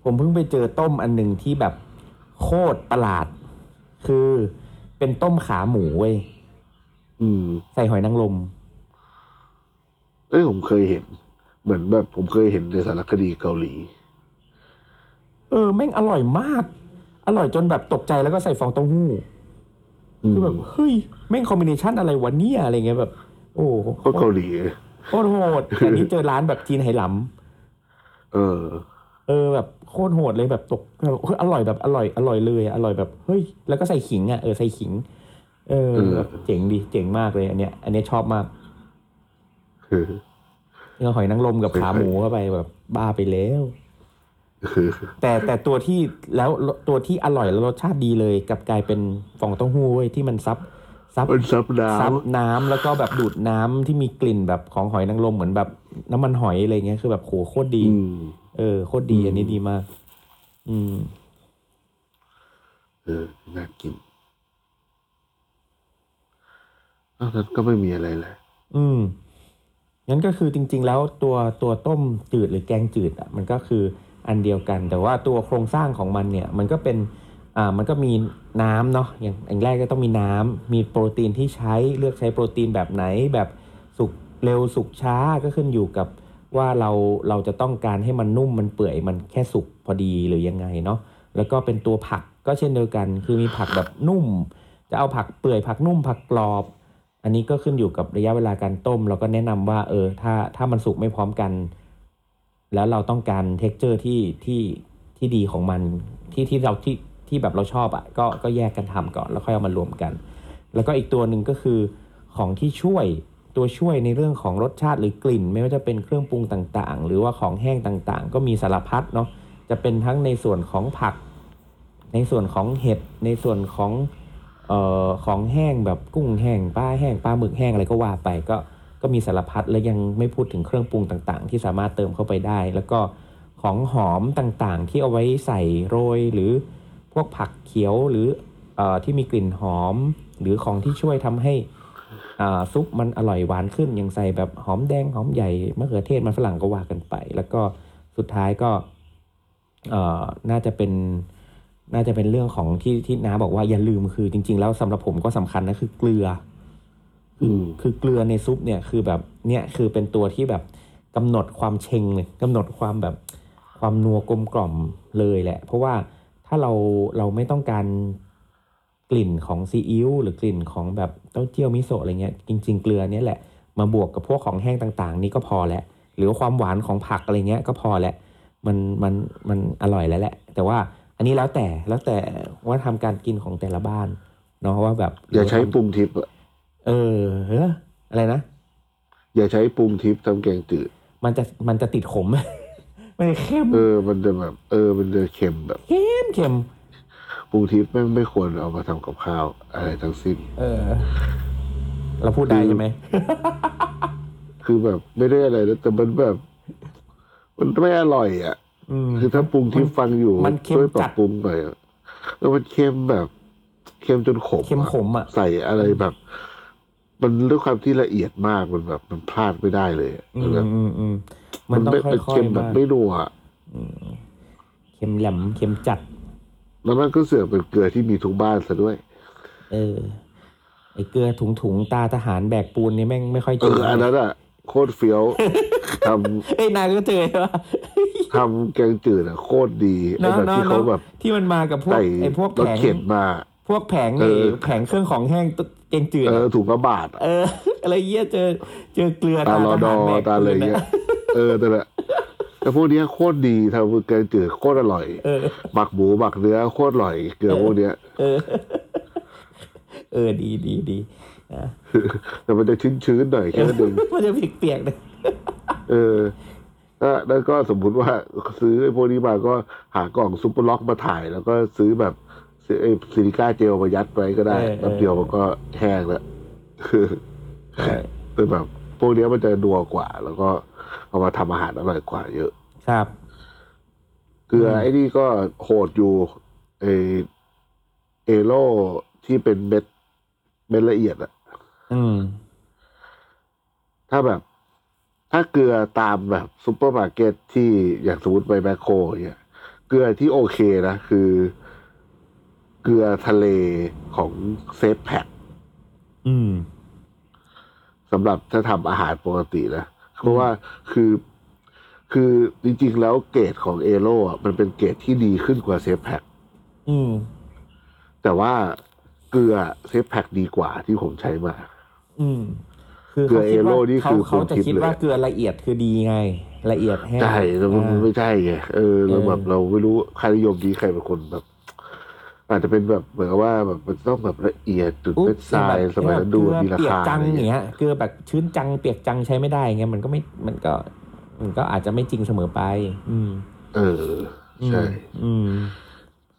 [SPEAKER 3] ผมเพิ่งไปเจอต้มอันหนึ่งที่แบบโคตรประหลาด คือเป็นต้มขาหมูเว้ย
[SPEAKER 2] อืม
[SPEAKER 3] ใส่หอยนางรม
[SPEAKER 2] เอ้ยผมเคยเห็น เหมือนแบบผมเคยเห็นในสารคดีเกาหลี
[SPEAKER 3] เออแม่งอร่อยมาก อร่อยจนแบบตกใจแล้วก็ใส่ฟองเต้าหู้
[SPEAKER 2] อื
[SPEAKER 3] คือ
[SPEAKER 2] ม
[SPEAKER 3] แบบเฮ้ยแม่งคอมบิเนชันอะไรวะเนี่ยอะไรเงี้ยแบบ โอ้โห
[SPEAKER 2] ก็เกาหลี
[SPEAKER 3] โคตรโหดแต่นี่เจอร้านแบบจีนไหหลำ
[SPEAKER 2] เออ
[SPEAKER 3] เออแบบโคตรโหดเลยแบบตกแบบเฮ้ยอร่อยแบบอร่อยอร่อยเลยอะอร่อยแบบเฮ้ยแล้วก็ใส่ขิงอ่ะเออใส่ขิง เออ
[SPEAKER 2] เออ
[SPEAKER 3] แบบเจ๋งดีเจ๋งมากเลยอันเนี้ย อันเนี้ยชอบมาก
[SPEAKER 2] คือ
[SPEAKER 3] เอาหอยนางรมกับขาหมูเข้าไปแบบบ้าไปแล้ว
[SPEAKER 2] คือ
[SPEAKER 3] แต่แต่ตัวที่แล้วตัวที่อร่อยแล้วรสชาติดีเลยกลับกลายเป็นฟองเต้าหู้เว้ยที่มันซับซับ
[SPEAKER 2] มันซับน้
[SPEAKER 3] ซับน้ำแล้วก็แบบดูดน้ำที่มีกลิ่นแบบของหอยนางรมเหมือนแบบน้ำมันหอยอะไรเงี้ยคือแบบโหโคตร
[SPEAKER 2] ำ
[SPEAKER 3] ดี
[SPEAKER 2] อืม
[SPEAKER 3] เออโคตรดีอันนี้ดีมาก อืม
[SPEAKER 2] เออ น่ากินนอกนั้นก็ไม่มีอะไรเลย
[SPEAKER 3] อืมงั้นก็คือจริง ๆ แล้วตัวตัวต้มจืดหรือแกงจืดอ่ะมันก็คืออันเดียวกัน แต่ว่าตัวโครงสร้างของมันเนี่ย มันก็เป็นอ่ามันก็มีน้ำเนาะอย่างอย่างแรกก็ต้องมีน้ำมีโปรตีนที่ใช้เลือกใช้โปรตีนแบบไหนแบบสุกเร็วสุกช้าก็ขึ้นอยู่กับว่าเราเราจะต้องการให้มันนุ่มมันเปื่อยมันแค่สุกพอดีหรือยังไงเนาะแล้วก็เป็นตัวผักก็เช่นเดียวกัน คือมีผักแบบนุ่ม จะเอาผักเปื่อยผักนุ่มผักกรอบ อันนี้ก็ขึ้นอยู่กับระยะเวลาการต้ม เราก็แนะนำว่าเออถ้าถ้ามันสุกไม่พร้อมกัน แล้วเราต้องการเท็กเจอร์ที่ที่ที่ดีของมันที่ที่เราที่ที่แบบเราชอบอะ่ะก็ก็แยกกันทำก่อนแล้วค่อยเอามารวมกัน แล้วก็อีกตัวหนึ่งก็คือของที่ช่วยตัวช่วยในเรื่องของรสชาติหรือกลิ่น ไม่ว่าจะเป็นเครื่องปรุงต่างๆ หรือว่าของแห้งต่างๆ ก็มีสารพัดเนาะจะเป็นทั้งในส่วนของผัก ในส่วนของเห็ดในส่วนของ เอ่อของแห้งแบบกุ้งแห้งปลาแห้งปลาหมึกแห้งอะไรก็ว่าไปก็ก็มีสารพัดและยังไม่พูดถึงเครื่องปรุงต่างๆ ที่สามารถเติมเข้าไปได้ แล้วก็ของหอมต่างๆ ที่เอาไว้ใส่โรยหรือพวกผักเขียวหรือเออที่มีกลิ่นหอม หรือของที่ช่วยทำให้อ่าซุปมันอร่อยหวานขึ้นอย่างใส่แบบหอมแดงหอมใหญ่มะเขือเทศมันฝรั่งก็ว่ากันไป แล้วก็สุดท้ายก็ เอ่อน่าจะเป็น น่าจะเป็นเรื่องของที่ที่น้าบอกว่าอย่าลืมคือจริง ๆ แล้วสำหรับผมก็สำคัญนะคือเกลือ
[SPEAKER 2] อืม
[SPEAKER 3] คือเกลือในซุปเนี่ยคือแบบเนี่ยคือเป็นตัวที่แบบกำหนดความเชงเลยกำหนดความแบบความนัวกลมกล่อมเลยแหละ เพราะว่าถ้าเราเราไม่ต้องการกลิ่นของซีอิ๊วหรือกลิ่นของแบบเต้าเจี้ยวมิโซะอะไรเงี้ยจริง ๆ เกลือเนี่ยแหละมาบวกกับพวกของแห้งต่าง ๆ นี่ก็พอแล้วหรือว่าความหวานของผักอะไรเงี้ยก็พอแล้วมันมันมันอร่อยแล้วแหละ แต่ว่าอันนี้แล้วแต่แล้วแต่ว่าทำการกินของแต่ละบ้านเนาะว่าแบบ
[SPEAKER 2] อย่าใช้ปรุงทิพย์อะ
[SPEAKER 3] เออเฮ้ออะไรนะ
[SPEAKER 2] อย่าใช้ปรุงทิพย์ทำแกงจืด
[SPEAKER 3] มันจะมันจะติดขม [LAUGHS] มันจะเข้ม
[SPEAKER 2] เออ มันจะแบบ เออ มันจะเค็มแบบ
[SPEAKER 3] เข้มเค็ม
[SPEAKER 2] ปรุงทิพย์แม่งไม่ควรเอามาทำกับข้าว อะไรทั้งสิ้น
[SPEAKER 3] เออ เราพูดได้ใช่ไหม
[SPEAKER 2] คือแบบไม่ได้อะไรนะแต่มันแบบ มันไม่อร่อยอ่ะ
[SPEAKER 3] อืม
[SPEAKER 2] คือถ้าปรุงที่ฟังอยู่
[SPEAKER 3] มันเค็ม
[SPEAKER 2] ช่วยปรับ
[SPEAKER 3] จัด
[SPEAKER 2] ปรุงหน่อยอะแล้วมันเค็มแบบเค็มจนขม
[SPEAKER 3] เข้ม
[SPEAKER 2] อะ
[SPEAKER 3] ขมอ่ะ
[SPEAKER 2] ใส่อะไรแบบ มันด้วยความที่ละเอียดมากมันแบบ มันพลาดไม่ได้เลยอะ
[SPEAKER 3] อืม
[SPEAKER 2] แบบ
[SPEAKER 3] อืมอืมมันต้อง
[SPEAKER 2] ไ
[SPEAKER 3] ค่อย
[SPEAKER 2] เค็ม
[SPEAKER 3] ๆ
[SPEAKER 2] แบ
[SPEAKER 3] มา
[SPEAKER 2] บ
[SPEAKER 3] ก
[SPEAKER 2] ไม่นัวอะ
[SPEAKER 3] เค็มแหลมเค็มจัด
[SPEAKER 2] แล้วมันก็เสือกเป็นเกลือที่มีทุกบ้านซะด้วย
[SPEAKER 3] เออ ไอเกลือถุงถุงๆตาทหารแบกปูนนี่แม่งไม่ค่อย
[SPEAKER 2] เอ
[SPEAKER 3] เจ
[SPEAKER 2] อ
[SPEAKER 3] อ
[SPEAKER 2] อันนั้นอ่ะ โคตรเฟี้ยว [LAUGHS] ท
[SPEAKER 3] เอ้ยนายก็เจอใช่ปะ
[SPEAKER 2] ำทำแกงจืดอ่ะ โคตรดีไอ้
[SPEAKER 3] เนาะ
[SPEAKER 2] แบบ
[SPEAKER 3] เนาะ
[SPEAKER 2] ที่เขาแบบ
[SPEAKER 3] ที่มันมากับพวก
[SPEAKER 2] ใส่
[SPEAKER 3] ไอพวก
[SPEAKER 2] ร
[SPEAKER 3] แผ
[SPEAKER 2] ถ
[SPEAKER 3] ง
[SPEAKER 2] เข็นมา
[SPEAKER 3] พวกแผง
[SPEAKER 2] เอ
[SPEAKER 3] ไอ
[SPEAKER 2] อ
[SPEAKER 3] แผงเครื่องของแห้งตุ๊กเกงจืด
[SPEAKER 2] เออ
[SPEAKER 3] อะ
[SPEAKER 2] ถุงกระบาดอะ
[SPEAKER 3] เออ อะไรเยี่ยเจอ เจอเกลือ
[SPEAKER 2] ตา
[SPEAKER 3] ตา
[SPEAKER 2] ล
[SPEAKER 3] ท
[SPEAKER 2] อดอ
[SPEAKER 3] หารแบก
[SPEAKER 2] ตาอะ
[SPEAKER 3] ปู
[SPEAKER 2] ไร
[SPEAKER 3] น
[SPEAKER 2] เงี้ย
[SPEAKER 3] อะ
[SPEAKER 2] เออแต่ละแต่พวกเนี้ยโคตรดีทำแกงจืดโคตรอร่อย
[SPEAKER 3] เออ
[SPEAKER 2] หมักหมูหมักเนื้อโคตรอร่อยเกลือพวกเนี้ย
[SPEAKER 3] เออ เออ ดีดีดีอ่ะ
[SPEAKER 2] แต่มันจะชื้นๆหน่อยแค่นั้นเอง
[SPEAKER 3] [LAUGHS] มันจะเปียกๆเลย
[SPEAKER 2] เออถ้าแล้วก็สมมุติว่าซื้อไอ้พวกนี้มาก็หากล่องซุปเปอร์ล็อกมาถ่าย แล้วก็ซื้อแบบซื้อไอ้ซิลิก้าเจลมายัดไว้ก็ได้แป๊บเดียวมันก็แห้ง [LAUGHS] แล้วคือแต่แบบ พวกเนี้ยมันจะนัวกว่า แล้วก็เอามาทำอาหารอร่อยกว่าเยอะ
[SPEAKER 3] ครับ
[SPEAKER 2] เกลือไอ้นี่ก็โหดอยู่ไอเอโร่ที่เป็นเม็ดเม็ดละเอียดอะ
[SPEAKER 3] อืม
[SPEAKER 2] ถ้าแบบ ถ้าเกลือตามแบบซูเปอร์มาร์เก็ตที่อย่างสมมติไปแมคโครเนี่ยเกลือที่โอเคนะ คือ เกลือทะเลของเซฟแพค
[SPEAKER 3] อืม
[SPEAKER 2] สำหรับถ้าทำอาหารปกตินะ เพราะว่าคือคือจริงๆแล้วเกรดของเอโร่อะมันเป็นเกรดที่ดีขึ้นกว่าเซฟแพค
[SPEAKER 3] อืม
[SPEAKER 2] แต่ว่าเกลือเซฟแพคดีกว่าที่ผมใช้มา
[SPEAKER 3] อืม คือ
[SPEAKER 2] เกลือ
[SPEAKER 3] ขาคิดว่า
[SPEAKER 2] เอโร่นี่คือ
[SPEAKER 3] เขา
[SPEAKER 2] ปูน
[SPEAKER 3] จะ
[SPEAKER 2] ทิพย์
[SPEAKER 3] คิด
[SPEAKER 2] เลย
[SPEAKER 3] ว่าเกลือละเอียดคือดีไง ละเอียดแห้ง
[SPEAKER 2] ใช่แล้วมัน
[SPEAKER 3] อ่า
[SPEAKER 2] ไม่ใช่ไงเออเรา
[SPEAKER 3] เออ
[SPEAKER 2] แบบเราไม่รู้ใครนิยมดีใครเป็นคนแบบ อาจจะเป็นแบบเหมือนกับว่าแบบมันต้องแบบละเอียดจุด
[SPEAKER 3] อุ๊
[SPEAKER 2] เป็นทรายสมัยนั้นดู
[SPEAKER 3] แบบ
[SPEAKER 2] มีรา
[SPEAKER 3] เปียก
[SPEAKER 2] คา
[SPEAKER 3] จัง
[SPEAKER 2] อะไร
[SPEAKER 3] อย่าง
[SPEAKER 2] เงี้ย
[SPEAKER 3] เงี้ยเกลือแบบชื้นจังเปียกจังใช้ไม่ได้เงี้ยมันก็ไม่มันก็ มันก็อาจจะไม่จริงเสมอไป อืม
[SPEAKER 2] เออ ใช่
[SPEAKER 3] อืม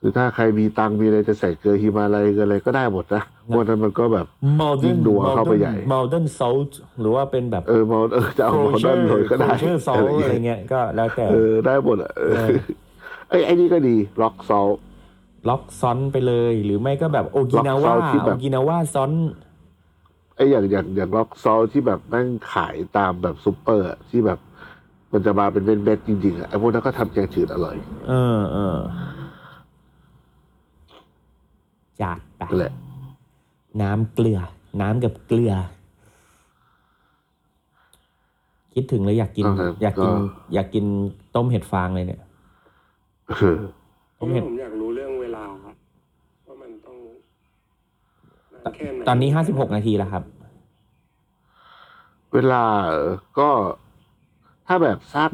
[SPEAKER 2] คือถ้าใครมีตังค์มีอะไรจะใส่เกลือฮิมาลัยเกลืออะไรก็ได้หมดนะเพราะนั้นมันก็แบบ ยิ่
[SPEAKER 3] Mountain
[SPEAKER 2] งดัวเข้าไปใหญ่
[SPEAKER 3] Mountain Salt หรือว่าเป็นแบบ
[SPEAKER 2] เออมาเออจะเอามาด้านเลยก็ได้
[SPEAKER 3] Kosher Salt อะไรเงี้ยก็แล้วแต่
[SPEAKER 2] เออได้หมดอะเออ
[SPEAKER 3] เออ
[SPEAKER 2] ไอ้ไอ้นี่ก็ดีล็อกซอล
[SPEAKER 3] ล็อกซ้อนไปเลย หรือไม่ก็แบบโอกินาว่า
[SPEAKER 2] Rock salt ที่แบ
[SPEAKER 3] โอบ กินาว่าซ้อน
[SPEAKER 2] ไอ้อย่างอย่างอย่างล็อกซอลที่แบบแม่งขายตามแบบซุปเปอร์อะที่แบบ มันจะมาเป็นเม็ดๆจริงๆอ่ะไอ้พวกนั้นก็ทำแกงจืดอร่อย
[SPEAKER 3] เออเออจัดไป
[SPEAKER 2] นั่นแหละ [LAUGHS]
[SPEAKER 3] น้ำเกลือ น้ำกับเกลือ คิดถึงเลยอยากกิน
[SPEAKER 2] เอาครับ
[SPEAKER 3] อยากกิน
[SPEAKER 2] ก็
[SPEAKER 3] อยากกินต้มเห็ดฟางเลยเนี่ย
[SPEAKER 2] เออ
[SPEAKER 3] ผมเห็น
[SPEAKER 4] ผมอยากรู้เรื่องเวลาครับว่ามันต้องนานแค่ไหน
[SPEAKER 3] ตอนนี้ห้าสิบหกนาทีแล้วครับ
[SPEAKER 2] เวลาเออก็ถ้าแบบสั้น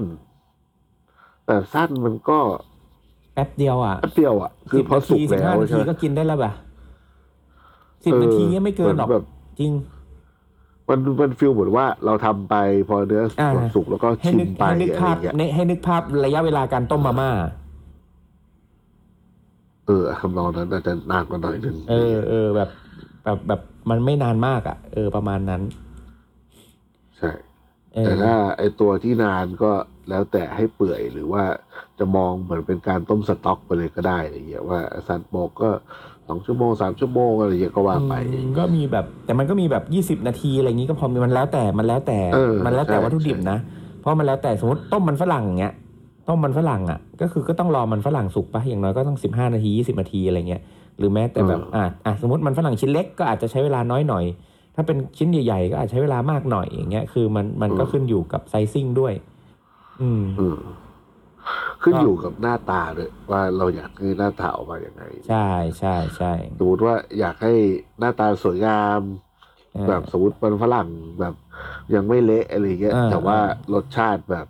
[SPEAKER 2] แบบสั้นมันก็
[SPEAKER 3] แป๊บเดียวอ่ะ
[SPEAKER 2] แป๊บเดียวอ่ะ คือพอสุก
[SPEAKER 3] สิบ
[SPEAKER 2] แล้ว
[SPEAKER 3] ห้านา
[SPEAKER 2] ใช่ไห
[SPEAKER 3] ที
[SPEAKER 2] ม
[SPEAKER 3] ก็กินได้แล้วป่ะสิบนาทีเนี่ยไม่เกินหรอก
[SPEAKER 2] เแบบ
[SPEAKER 3] จริง
[SPEAKER 2] มันมันฟิลเหมือนว่าเราทำไปพอเนื้อ
[SPEAKER 3] อ่า
[SPEAKER 2] สุกแล้วก็
[SPEAKER 3] ให้
[SPEAKER 2] ชิม
[SPEAKER 3] นึก
[SPEAKER 2] ไป
[SPEAKER 3] ให้นึก
[SPEAKER 2] อะ
[SPEAKER 3] ภา
[SPEAKER 2] ไร
[SPEAKER 3] พ
[SPEAKER 2] เงี้ย
[SPEAKER 3] ในให้นึกภาพระยะเวลาการต้มมาม่า
[SPEAKER 2] เออคำนองนั้นอาจจะนานกว่าหน่อยนึง
[SPEAKER 3] เออเออแบบแบบแบบมันไม่นานมากอ่ะ เออ ประมาณนั้น
[SPEAKER 2] ใช่
[SPEAKER 3] เออ
[SPEAKER 2] แต่ถ้าไอตัวที่นานก็แล้วแต่ให้เปื่อยหรือว่าจะมองเหมือนเป็นการต้มสต๊อกไปเลยก็ได้อะไรเงี้ยว่าสัตว์บอกก็สองชั่วโมงสามชั่วโมงอะไรเงี้ยก็ว่าไป
[SPEAKER 3] อืมก็มีแบบ แต่มันก็มีแบบยี่สิบ20 นาทีอะไรอย่างนี้ก็พอมีมันแล้วแต่มันแล้วแต่
[SPEAKER 2] เออ
[SPEAKER 3] มันแล้วแต่
[SPEAKER 2] ใช่
[SPEAKER 3] วัตถุดิบ
[SPEAKER 2] ใช่
[SPEAKER 3] นะเพราะมันแล้วแต่สมมติต้มมันฝรั่งอย่างเงี้ยต้มมันฝรั่งอ่ะ ก็คือก็ต้องรอมันฝรั่งสุกปะอย่างน้อยก็ต้องสิบห้านาทียี่สิบนาทีอะไรเงี้ยหรือแม้แต่แบบอ่ะอ่ะสมมติมันฝรั่งชิ้นเล็กก็อาจจะใช้เวลาน้อยหน่อย ถ้าเป็นชิ้นใหญ่ๆก็อาจใช้เวลามากหน่อยอย่างเงี้ยคือมันมันก็ขึ้นอยู่กับไซซิ่งด้วย อืม
[SPEAKER 2] อืมขึ้น
[SPEAKER 3] ก็
[SPEAKER 2] อยู่กับหน้าตาด้วยว่าเราอยากให้หน้าตาออกมาอย่างไง
[SPEAKER 3] ใช่ใช่ใช่
[SPEAKER 2] สมมติว่าอยากให้หน้าตาสวยงาม
[SPEAKER 3] เออ
[SPEAKER 2] แบบสมมติมันฝรั่งแบบ ยังไม่เละอะไรเงี้ย
[SPEAKER 3] อ่า
[SPEAKER 2] แต่ว่ารสชาติแบบ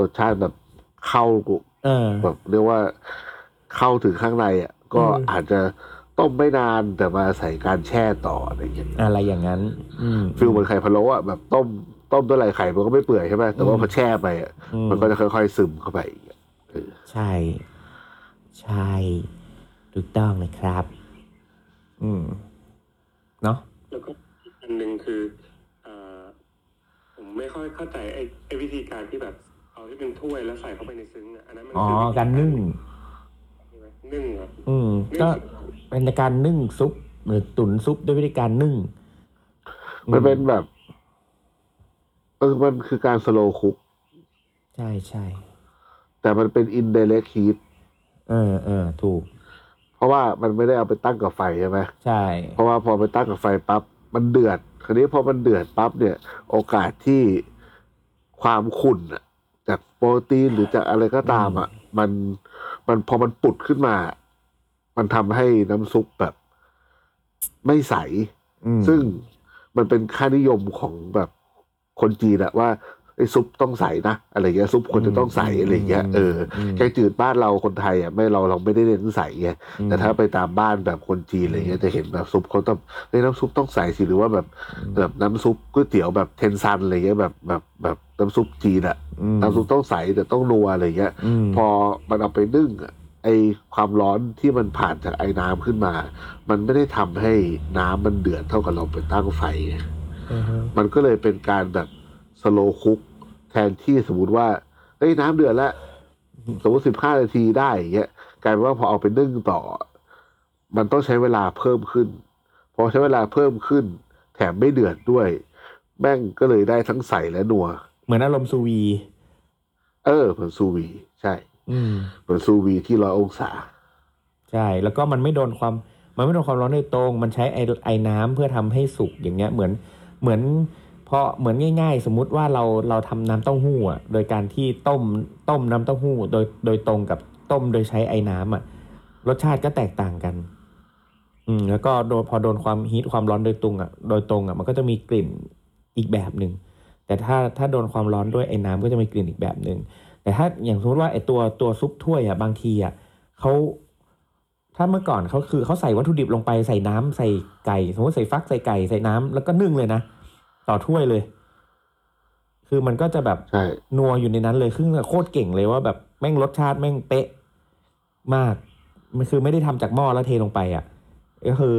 [SPEAKER 2] รสชาติแบบเข้ากุ
[SPEAKER 3] เออ
[SPEAKER 2] แบบเรียกว่าเข้าถึงข้างในอ่ะก็
[SPEAKER 3] อืม
[SPEAKER 2] อาจจะต้มไม่นานแต่มาใส่การแช่ต่ออะไรอย่างเงี้ย
[SPEAKER 3] อะไรอย่างนั้น อืม
[SPEAKER 2] ฟิลเหมือนไข่พะโล้อ่ะแบบต้มต้มด้วยไหลไข่มันก็ไม่เปื่อยใช่ไหมแต่ว่าพอแช่ไปอ่ะ
[SPEAKER 3] อืม
[SPEAKER 2] มันก็จะค่อยๆซึมเข้าไปอีกอ่ะ
[SPEAKER 3] ใช่ ใช่ถูกต้องเลยครับ อืม เนาะ
[SPEAKER 4] แล้วก็อันหนึ่งคือเอ่อผมไม่ค่อยเข้าใจไอ้ไอ้วิธีการที่แบบเอาที่เป็นถ้วยแล้วใส่เข้าไปในซึ้งอะอันนั้นมัน
[SPEAKER 3] อ๋อ
[SPEAKER 4] คืวิธี
[SPEAKER 3] การนึ่ง
[SPEAKER 4] ใช่ไหมนึ่งเหรอ
[SPEAKER 3] อืม
[SPEAKER 4] นึ่ง
[SPEAKER 3] ก็เป็นการนึ่งซุปหรือตุ๋นซุปด้วยวิธีการนึ่งอื
[SPEAKER 2] มันเป็นแบบเออมันคือการสโลว์คุก
[SPEAKER 3] ใช่ใช่
[SPEAKER 2] แต่มันเป็นอินเดเล็กฮีท
[SPEAKER 3] เออเออถูก
[SPEAKER 2] เพราะว่ามันไม่ได้เอาไปตั้งกับไฟใช่ไหม
[SPEAKER 3] ใช่
[SPEAKER 2] เพราะว่าพอไปตั้งกับไฟปั๊บมันเดือด คราวนี้พอมันเดือดปั๊บเนี่ย โอกาสที่ความขุ่นอ่ะ จากโปรตีนหรือจากอะไรก็ตามอ่ะ มันมันพอมันปุดขึ้นมา มันทำให้น้ำซุปแบบ ไม่ใส
[SPEAKER 3] อืม
[SPEAKER 2] ซึ่งมันเป็นค่านิยมของแบบคนจีนอะว่าไอ้ซุปต้องใสนะอะไรเงี้ยซุปควรจะต้องใสอะไรเงี้ยเออแกงจืดบ้านเราคนไทยอะไม่เราเราไม่ได้เน้นใสไงแต่ถ้าไปตามบ้านแบบคนจีนอะไรเงี้ยจะเห็นแบบซุปเขาต้องเฮ้ยน้ำซุปต้องใสสิหรือว่าแบบแบบน้ำซุปก๋วยเตี๋ยวแบบเทนซันอะไรเงี้ยแบบแบบแบบน้ำซุปจีนอะ
[SPEAKER 3] อืม
[SPEAKER 2] น้ำซุปต้องใสแต่ต้องนัวอะไรเงี้ย
[SPEAKER 3] อืม
[SPEAKER 2] พอมันเอาไปนึ่งอะไอความร้อนที่มันผ่านจากไอ้น้ำขึ้นมา มันไม่ได้ทำให้น้ำมันเดือดเท่ากับเราไปตั้งไฟไง
[SPEAKER 3] เออฮะ
[SPEAKER 2] มันก็เลยเป็นการแบบสโลคุก แทนที่สมมติว่าเอ้ยน้ำเดือดแล้วสมมติสิบห้านาทีได้อย่างเงี้ยกลายเป็นว่าพอเอาไปนึ่งต่อ มันต้องใช้เวลาเพิ่มขึ้น พอใช้เวลาเพิ่มขึ้น แถมไม่เดือดด้วย แม่งก็เลยได้ทั้งใสและนัว
[SPEAKER 3] เหมือนอารมณ์ซูวี
[SPEAKER 2] เออเหมือนซูวี ใช่
[SPEAKER 3] อืม
[SPEAKER 2] เหมือนซูวีที่ร้อยองศา
[SPEAKER 3] ใช่ แล้วก็มันไม่โดนความ มันไม่โดนความร้อนโดยตรง มันใช้ไอไอน้ำเพื่อทำให้สุกอย่างเงี้ย เหมือน เหมือนพอเหมือนง่าย ๆ สมมุติว่าเราเราทำน้ำเต้าหู้อ่ะ โดยการที่ต้มต้มน้ำเต้าหู้โดยโดยตรงกับต้มโดยใช้ไอน้ำอ่ะ รสชาติก็แตกต่างกัน อืม แล้วก็โดนพอโดนความฮีทความร้อนโดยตรงอ่ะ โดยตรงอ่ะ มันก็จะมีกลิ่นอีกแบบหนึ่ง แต่ถ้าถ้าโดนความร้อนด้วยไอ้น้ำก็จะมีกลิ่นอีกแบบหนึ่ง แต่ถ้าอย่างสมมติว่าไอ้ตัวตัวซุปถ้วยอ่ะบางทีอ่ะเขาถ้าเมื่อก่อนเขาคือเขาใส่วัตถุดิบลงไปใส่น้ำใส่ไก่ สมมติใส่ฟักใส่ไก่ใส่น้ำแล้วก็นึ่งเลยนะต่อถ้วยเลย คือมันก็จะแบบ
[SPEAKER 2] ใช่
[SPEAKER 3] นัวอยู่ในนั้นเลยซึ่งโคตรเก่งเลยว่าแบบแม่งรสชาติแม่งเป๊ะมาก มันคือไม่ได้ทำจากหม้อแล้วเทลงไปอ่ะก็คือ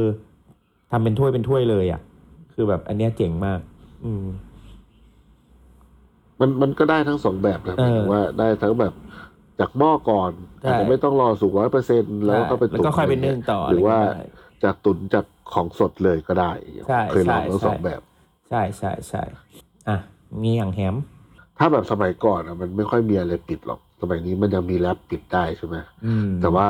[SPEAKER 3] ทำเป็นถ้วยเป็นถ้วยเลยอ่ะ คือแบบอันเนี้ยเจ๋งมาก อืม
[SPEAKER 2] มันมันก็ได้ทั้งสองแบบนะห
[SPEAKER 3] เออ
[SPEAKER 2] มายถึงว่าได้ทั้งแบบจากหม้อก่อน
[SPEAKER 3] ใช่
[SPEAKER 2] อาจจะไม่ต้องรอสุกร้อยเปอร์เซ็นต์แล้วก็ไป
[SPEAKER 3] แล้ว
[SPEAKER 2] ตุ๋น
[SPEAKER 3] ก็ค่อยไปนึ่งต่อ
[SPEAKER 2] หรือว่า
[SPEAKER 3] ะไย่งเงี้ย
[SPEAKER 2] จากตุ๋นจากของสดเลยก็ได้
[SPEAKER 3] ใช่
[SPEAKER 2] เคยลองทั้ง
[SPEAKER 3] ใช่
[SPEAKER 2] สองแบบ
[SPEAKER 3] ใช่ใช่ใช่อ่ะ มีอย่างแฮม
[SPEAKER 2] ถ้าแบบสมัยก่อนอะมันไม่ค่อยมีอะไรปิดหรอก สมัยนี้มันยังมีแรปปิดได้ใช่ไหม
[SPEAKER 3] อืม
[SPEAKER 2] แต่ว่า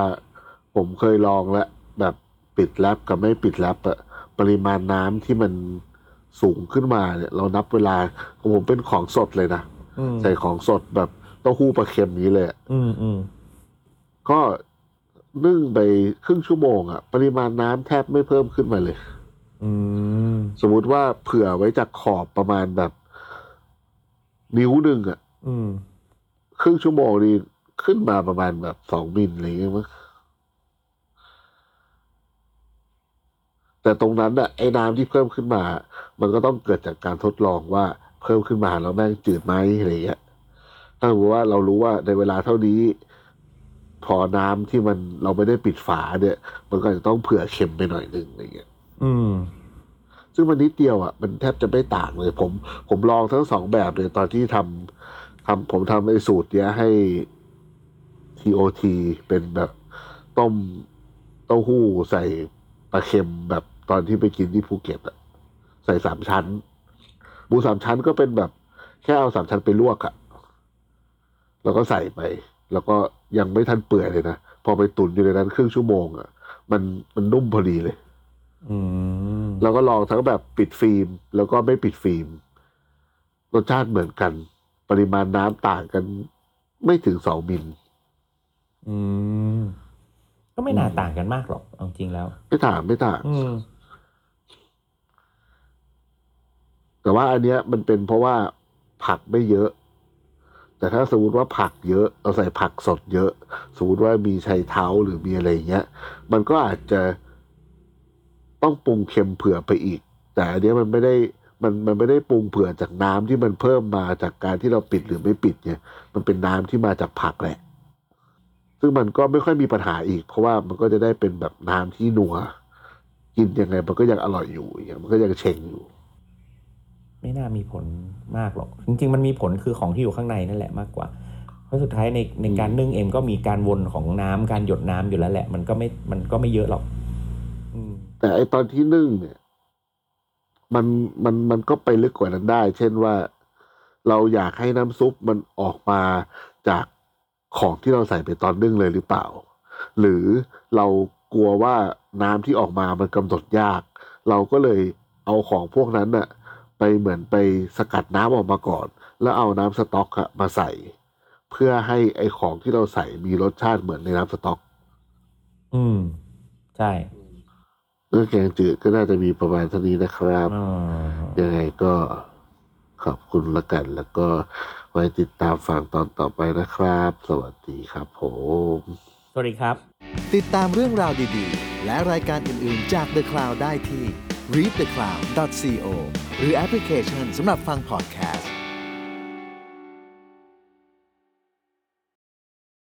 [SPEAKER 2] ผมเคยลองแล้วแบบปิดแรปกับไม่ปิดแรปอะปริมาณน้ำที่มันสูงขึ้นมาเนี่ย เรานับเวลาของผมเป็นของสดเลยนะ
[SPEAKER 3] อืม
[SPEAKER 2] ใส่ของสดแบบเต้าหู้ปลาเค็มนี้เลยอะ
[SPEAKER 3] อืมอืม
[SPEAKER 2] ก็นึ่งไปครึ่งชั่วโมงอะปริมาณน้ำแทบไม่เพิ่มขึ้นมาเลย
[SPEAKER 3] อืม
[SPEAKER 2] สมมุติว่าเผื่อไว้จากขอบประมาณแบบ นิ้วหนึ่งอะ
[SPEAKER 3] อืม
[SPEAKER 2] ครึ่งชั่วโมงนี่ขึ้นมาประมาณแบบสองมิลอะไรอย่างเงี้ยมั้งแต่ตรงนั้นอะไอ้น้ำที่เพิ่มขึ้นมา มันก็ต้องเกิดจากการทดลองว่าเพิ่มขึ้นมาแล้วแม่งจืดไหมอะไรอย่างเงี้ยถ้าสมมติว่าเรารู้ว่าในเวลาเท่านี้ พอน้ำที่มันเราไม่ได้ปิดฝาเนี่ย มันก็จะต้องเผื่อเค็มไปหน่อยหนึงอะไรอย่างเงี้ย
[SPEAKER 3] อืม
[SPEAKER 2] ซึ่งมันนิดเดียวอ่ะมันแทบจะไม่ต่างเลย ผม ผมลองทั้งสองแบบเลยตอนที่ทำทำผมทำไอ้สูตรเนี้ยให้ TOT เป็นแบบต้มเต้าหู้ใส่ปลาเค็มแบบตอนที่ไปกินที่ภูเก็ตอ่ะใส่สามชั้นหมูสามชั้นก็เป็นแบบ แค่เอาสามชั้นไปลวกอ่ะ แล้วก็ใส่ไป แล้วก็ยังไม่ทันเปื่อยเลยนะพอไปตุ๋นอยู่ในนั้นครึ่งชั่วโมงอ่ะมันมันนุ่มพอดีเลย
[SPEAKER 3] อืม
[SPEAKER 2] แล้วก็ลองทั้งแบบปิดฟิล์ม แล้วก็ไม่ปิดฟิล์ม รสชาติเหมือนกัน ปริมาณน้ำต่างกัน ไม่ถึงสองมิล
[SPEAKER 3] อืมก็ไม่น่าต่างกันมากหรอกเอาจริงแล้ว
[SPEAKER 2] ไม่ต่างไม่ต่าง
[SPEAKER 3] อืม
[SPEAKER 2] แต่ว่าอันเนี้ยมันเป็นเพราะว่าผักไม่เยอะ แต่ถ้าสมมติว่าผักเยอะเราใส่ผักสดเยอะ สมมติว่ามีชัยเท้าหรือมีอะไรอย่างเงี้ย มันก็อาจจะต้องปรุงเค็มเผื่อไปอีก แต่อันเนี้ยมันไม่ได้มันมันไม่ได้ปรุงเผื่อจากน้ำที่มันเพิ่มมาจากการที่เราปิดหรือไม่ปิดเนี่ย มันเป็นน้ำที่มาจากผักแหละ ซึ่งมันก็ไม่ค่อยมีปัญหาอีก เพราะว่ามันก็จะได้เป็นแบบน้ำที่นัว กินยังไงมันก็ยังอร่อยอยู่อย่างเงี้ยมันก็ยังเชงอยู่
[SPEAKER 3] ไม่น่ามีผลมากหรอก จริง ๆ มันมีผลคือของที่อยู่ข้างในนั่นแหละมากกว่า เพราะสุดท้ายในในการนึ่งเองก็มีการวนของน้ำการหยดน้ำอยู่แล้วแหละ มันก็ไม่มันก็ไม่เยอะหรอก อืม
[SPEAKER 2] แต่ไอตอนที่นึ่งเนี่ย มันมันมันก็ไปลึกกว่านั้นได้ เช่นว่าเราอยากให้น้ำซุปมันออกมาจากของที่เราใส่ไปตอนนึ่งเลยหรือเปล่า หรือเรากลัวว่าน้ำที่ออกมามันกำหนดยาก เราก็เลยเอาของพวกนั้นน่ะ ไปเหมือนไปสกัดน้ำออกมาก่อน แล้วเอาน้ำสต๊อกอะมาใส่ เพื่อให้ไอของที่เราใส่มีรสชาติเหมือนในน้ำสต๊อก
[SPEAKER 3] อืม ใช่
[SPEAKER 2] เรื่องแกงจืดก็น่าจะมีประมาณเท่านี้นะครับ
[SPEAKER 3] อ่า
[SPEAKER 2] ยังไงก็ขอบคุณละกัน แล้วก็ไว้ติดตามฟังตอนต่อไปนะครับ สวัสดีครับผม
[SPEAKER 3] สวัสดีครับ
[SPEAKER 1] ติดตามเรื่องราวดีๆ และรายการอื่นๆจาก The Cloud ได้ที่ readthecloud.co หรือแอปพลิเคชันสำหรับฟัง podcast